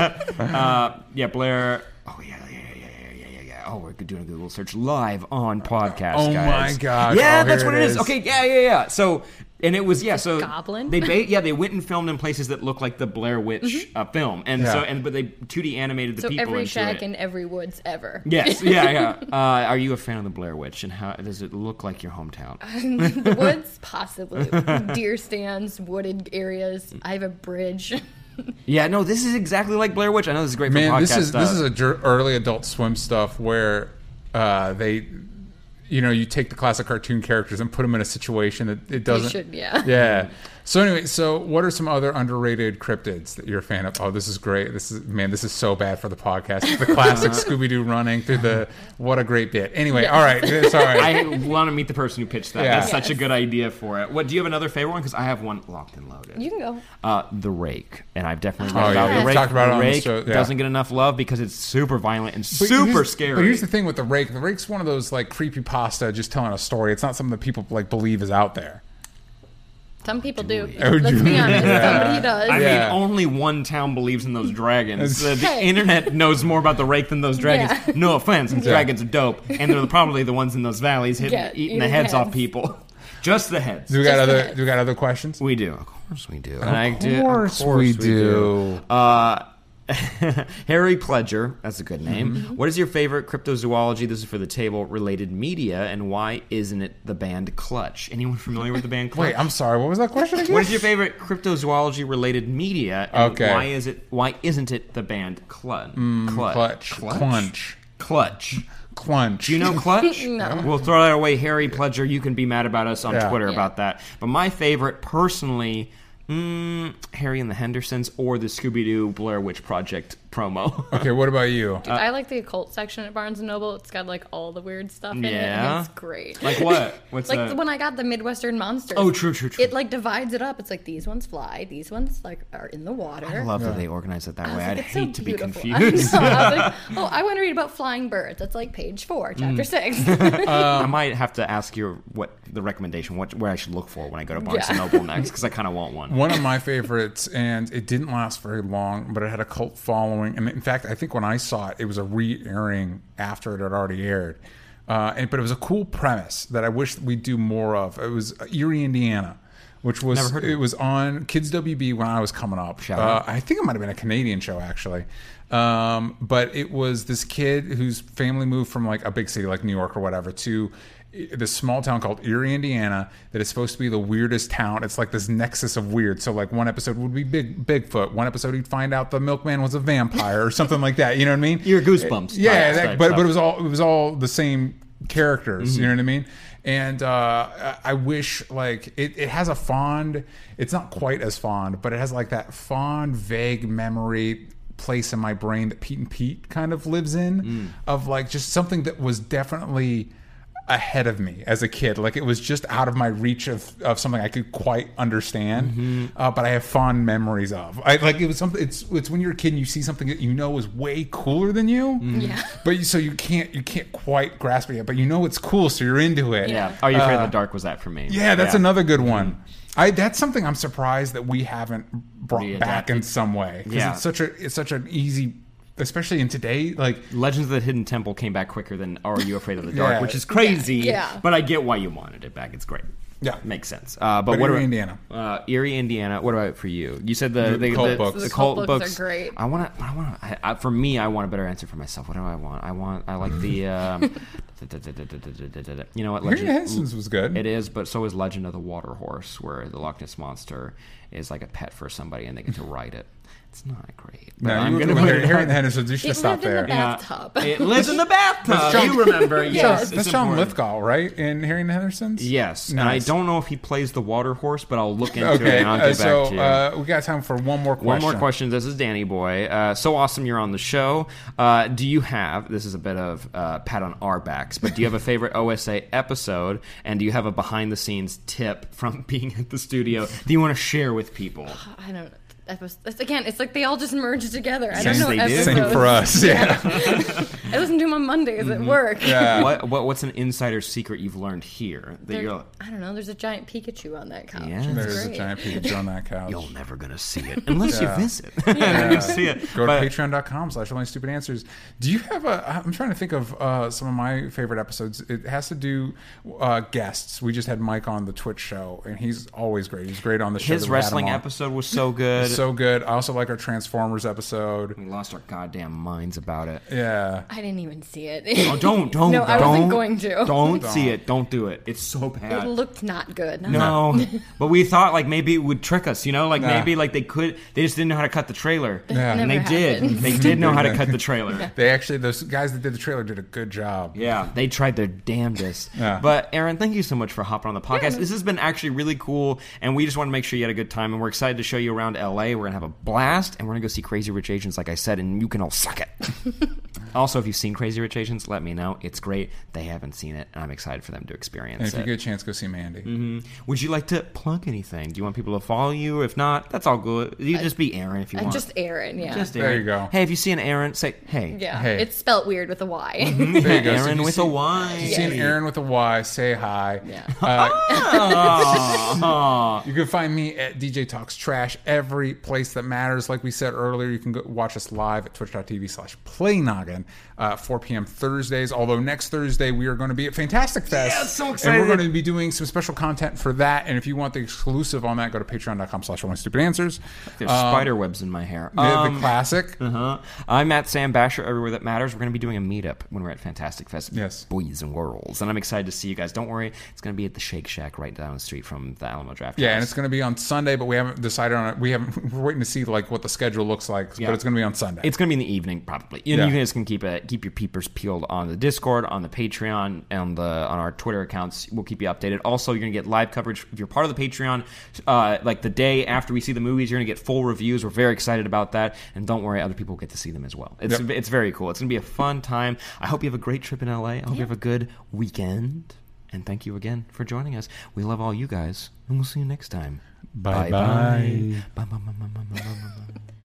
uh, yeah, Blair. Oh yeah, yeah, yeah, yeah, yeah, yeah, yeah. Oh, we're doing a Google search live on podcast.
Oh,
guys.
my God.
Yeah,
Oh,
that's
here
what
it
it is.
is.
Okay, yeah, yeah, yeah. So And it was yeah, so
goblin?
They ba- yeah, they went and filmed in places that look like the Blair Witch uh, film, and so
Yeah.
and but they 2D animated the
Mm-hmm. So
people
every
into
shack
it.
in every woods ever.
Yes, yeah, yeah. Uh, are you a fan of the Blair Witch, and how does it look like your hometown?
the woods, possibly. Deer stands, wooded areas. I have a bridge.
Yeah, no, this is exactly like Blair Witch. I know this is great for podcast uh,
Man, this is
stuff.
this is a jer- early adult swim stuff where uh, they, you know, you take the classic cartoon characters and put them in a situation that it doesn't.
should, yeah.
Yeah. So anyway, so what are some other underrated cryptids that you're a fan of? Oh, this is great. This is man, this is so bad for the podcast. It's The classic Scooby Doo running through the what a great bit. Anyway, all right, sorry.
I want to meet the person who pitched that.
Yeah.
That's such a
Yes.
good idea for it. What do you have another favorite one? Because I have one locked and loaded.
You can go.
Uh, the Rake, and I've definitely read
Oh,
about
yeah,
the
we've
Rake.
talked about it
the
on the
Rake
show, yeah.
doesn't get enough love because it's super violent and
But
super
here's-
scary.
But here's the thing with the rake. The rake's one of those like creepy pasta, just telling a story. It's not something that people like believe is out there.
Some people do.
Oh,
Let's
do we?
be honest.
Yeah.
Somebody does.
I
Yeah.
mean, only one town believes in those dragons. Uh,
That's-
the internet knows more about the rake than those dragons.
Yeah.
No offense, dragons are dope, and they're probably the ones in those valleys hitting,
Yeah,
eating the
eating
heads, off
heads.
people. Just the heads.
Do we got
Just
other?
that.
Do we got other questions?
We do. Of course we do. and
Of course we do.
Uh, Harry Pledger, that's a good name.
Mm-hmm.
What is your favorite cryptozoology? This is for the table related media, and why isn't it the band Clutch? Anyone familiar with the band Clutch?
Wait, I'm sorry. What was that question again?
What is your favorite cryptozoology related media? And
Okay. Mm,
Why is it? Why isn't it the band Clutch? Clutch.
clutch? Clunch.
Clutch.
Clunch.
Do you know Clutch?
No.
We'll throw that away. Harry Pledger, you can be mad about us on
Yeah.
Twitter
Yeah.
about that. But my favorite, personally, mm, Harry and the Hendersons or the Scooby Doo Blair Witch Project promo.
Okay, what about you?
I like the occult section at Barnes and Noble. It's got like all the weird stuff in it.
Yeah?
And it's great.
like what? What's
like
that?
the when I got the Midwestern monsters.
Oh, true, true, true.
It like divides it up. It's like these ones fly, these ones like are in the water.
I love that they organize it that way.
I was
I'd
like, it's so
hate to be
beautiful.
confused.
I know. I was like, oh, I want to read about flying birds. That's like page
Mm.
four, chapter six.
I might have to ask you what the recommendation, what where I should look for when I go to Barnes
Yeah.
and Noble next, because I kind of want one.
One of my favorites, and it didn't last very long, but it had a cult following. And in fact, I think when I saw it, it was a re-airing after it had already aired. Uh, and, but it was a cool premise that I wish we'd do more of. It was Erie, Indiana, which was
Never heard of
it
it.
was on Kids WB when I was coming up.
Shout
Uh,
out.
I think it might have been a Canadian show actually. Um, but it was this kid whose family moved from like a big city like New York or whatever to i- this small town called Erie, Indiana, that is supposed to be the weirdest town. It's like this nexus of weird. So like one episode would be Big Bigfoot, one episode he'd find out the milkman was a vampire or something like that. You know what I mean?
Your goosebumps.
Yeah,
type-
that,
type
but
stuff.
but it was all it was all the same characters. You know what I mean? And uh, I- I wish like it, it has a fond. It's not quite as fond, but it has like that fond, vague memory place in my brain that Pete and Pete kind of lives in, of like just something that was definitely ahead of me as a kid like it was just out of my reach of, of something i could quite understand uh, but i have fond memories of i like it was something it's it's when you're a kid and you see something that you know is way cooler than you
Yeah.
but you, so you can't you can't quite grasp it yet but you know it's cool so you're into it
Yeah. Are you afraid
Uh,
of the dark? Was that for me?
yeah that's another good one i that's something i'm surprised that we haven't brought
Readapted.
back in some way 'Cause
Yeah.
it's such a it's such an easy especially in today like
Legends of the Hidden Temple came back quicker than Are You Afraid of the Dark,
Yeah.
which is crazy.
Yeah.
But I get why you wanted it back. It's great.
Yeah.
makes sense. Uh, but,
But
what
Erie,
about
Indiana.
Uh, Erie, Indiana. What about for you? You said the,
The
the,
cult
the-
books.
the
The
cult
cult books are
books
great.
I want to. I want to. I, I, for me, I want a better answer for myself. What do I want? I want. I like the. Um, you know what?
Harry Henson's was good
It is, but so is Legend of the Water Horse, where the Loch Ness monster is like a pet for somebody, and they get to ride it. It's not great. but
no,
I'm
you were
gonna
doing
put
Harry,
it
Harry
on-
and the Hendersons. You should
It
have stopped
lived in
there.
the back. bathtub.
It lives in the
Uh,
bathtub. you remember? yes,
That's
it's
Sean
important.
Lithgow, right? In Harry and the Hendersons?
Yes, and I
Nice.
don't know if he plays the water horse, but I'll look into it
Okay,
and I'll
uh,
get
so
back to you.
uh, we got time for one more question.
One more question. This is Danny Boy. Uh, so awesome you're on the show. Uh, do you have, this is a bit of uh, pat on our backs, but do you have a favorite OSA episode? And do you have a behind the scenes tip from being at the studio that you want to share with people?
I don't. That was, that's, again, it's like they all just merged together. I
Yes,
don't know.
they did.
Same
episodes.
for us, yeah.
I listen to him on Mondays
Mm-hmm.
at work.
Yeah.
what, what what's an insider secret you've learned here that
There-
you're like,
I don't know. There's a giant Pikachu on that couch.
Yeah.
It's
There's a
great.
giant Pikachu on that couch.
you're never gonna see it unless you visit. you see it.
Go to
But-
patreon.com slash only stupid answers. Do you have a? I'm trying to think of uh, some of my favorite episodes. It has to do uh, guests. We just had Mike on the Twitch show, and he's always great. He's great on the show. that
His
we had him
wrestling
on.
episode was so good.
so good. I also like our Transformers episode.
we lost our goddamn minds about it.
Yeah.
I didn't even see it.
Oh, don't, don't,
no,
don't,
I wasn't going to.
Don't see it. Don't do it. It's so bad.
It looked not good.
no, but we thought like maybe it would trick us, you know, like
Nah.
maybe like they could. They just didn't know how to cut the trailer,
Yeah.
and they
Never
did.
happens.
They did know how to cut the trailer.
They actually, those guys that did the trailer did a good job.
Yeah, they tried their damnedest.
Yeah.
But Aaron, thank you so much for hopping on the podcast. This has been actually really cool, and we just want to make sure you had a good time. And we're excited to show you around LA. We're gonna have a blast, and we're gonna go see Crazy Rich Asians, like I said, and you can all suck it. also, if you've seen Crazy Rich Asians, let me know. It's great. They haven't seen it, and I'm excited for them to
And
experience
if you
it.
get a chance, go see Mandy.
Mm-hmm. Would you like to plug anything? Do you want people to follow you? If not, that's all good. You just be Aaron if you
I
want.
just Aaron. Yeah.
Just
There
Aaron.
you go.
Hey, if you see an Aaron, say hey. Mm-hmm.
yeah.
Hey.
It's spelt weird with a Y.
There you go. So if
Aaron
you
with
see-
a Y.
If you see an Aaron with a Y, say hi.
Yeah.
Uh,
Ah.
You can find me at DJ Talks Trash every place that matters. Like we said earlier, you can go watch us live at twitch.tv slash playnoggin, uh, 4 p.m. Thursdays. Although next Thursday, we are going to be at Fantastic Fest.
Yeah, so
And
excited.
we're going to be doing some special content for that. And if you want the exclusive on that, go to patreon.com slash only stupid answers.
There's
um,
spider webs in my hair.
The,
Um,
the classic.
Uh-huh. I'm at Sam Basher everywhere that matters. We're going to be doing a meetup when we're at Fantastic Fest.
Yes.
Boys and girls. And I'm excited to see you guys. Don't worry. It's going to be at the Shake Shack right down the street from the Alamo Draft
Yeah, and
House.
it's going to be on Sunday, but we haven't decided on it. We haven't. We're waiting to see like what the schedule looks like,
Yeah.
but it's going to be on Sunday.
It's going to be in the evening, probably. You,
Yeah.
you guys can keep it, keep your peepers peeled on the Discord, on the Patreon, and the on our Twitter accounts. We'll keep you updated. Also, you're going to get live coverage if you're part of the Patreon. Uh, like the day after we see the movies, you're going to get full reviews. We're very excited about that. And don't worry, other people get to see them as well. It's
Yep.
it's very cool. It's going to be a fun time. I hope you have a great trip in LA. I hope you have a good weekend. And thank you again for joining us. We love all you guys, and we'll see you next time.
Bye-bye.
Bye-bye. Bye-bye. Bye-bye. Bye-bye. Bye-bye.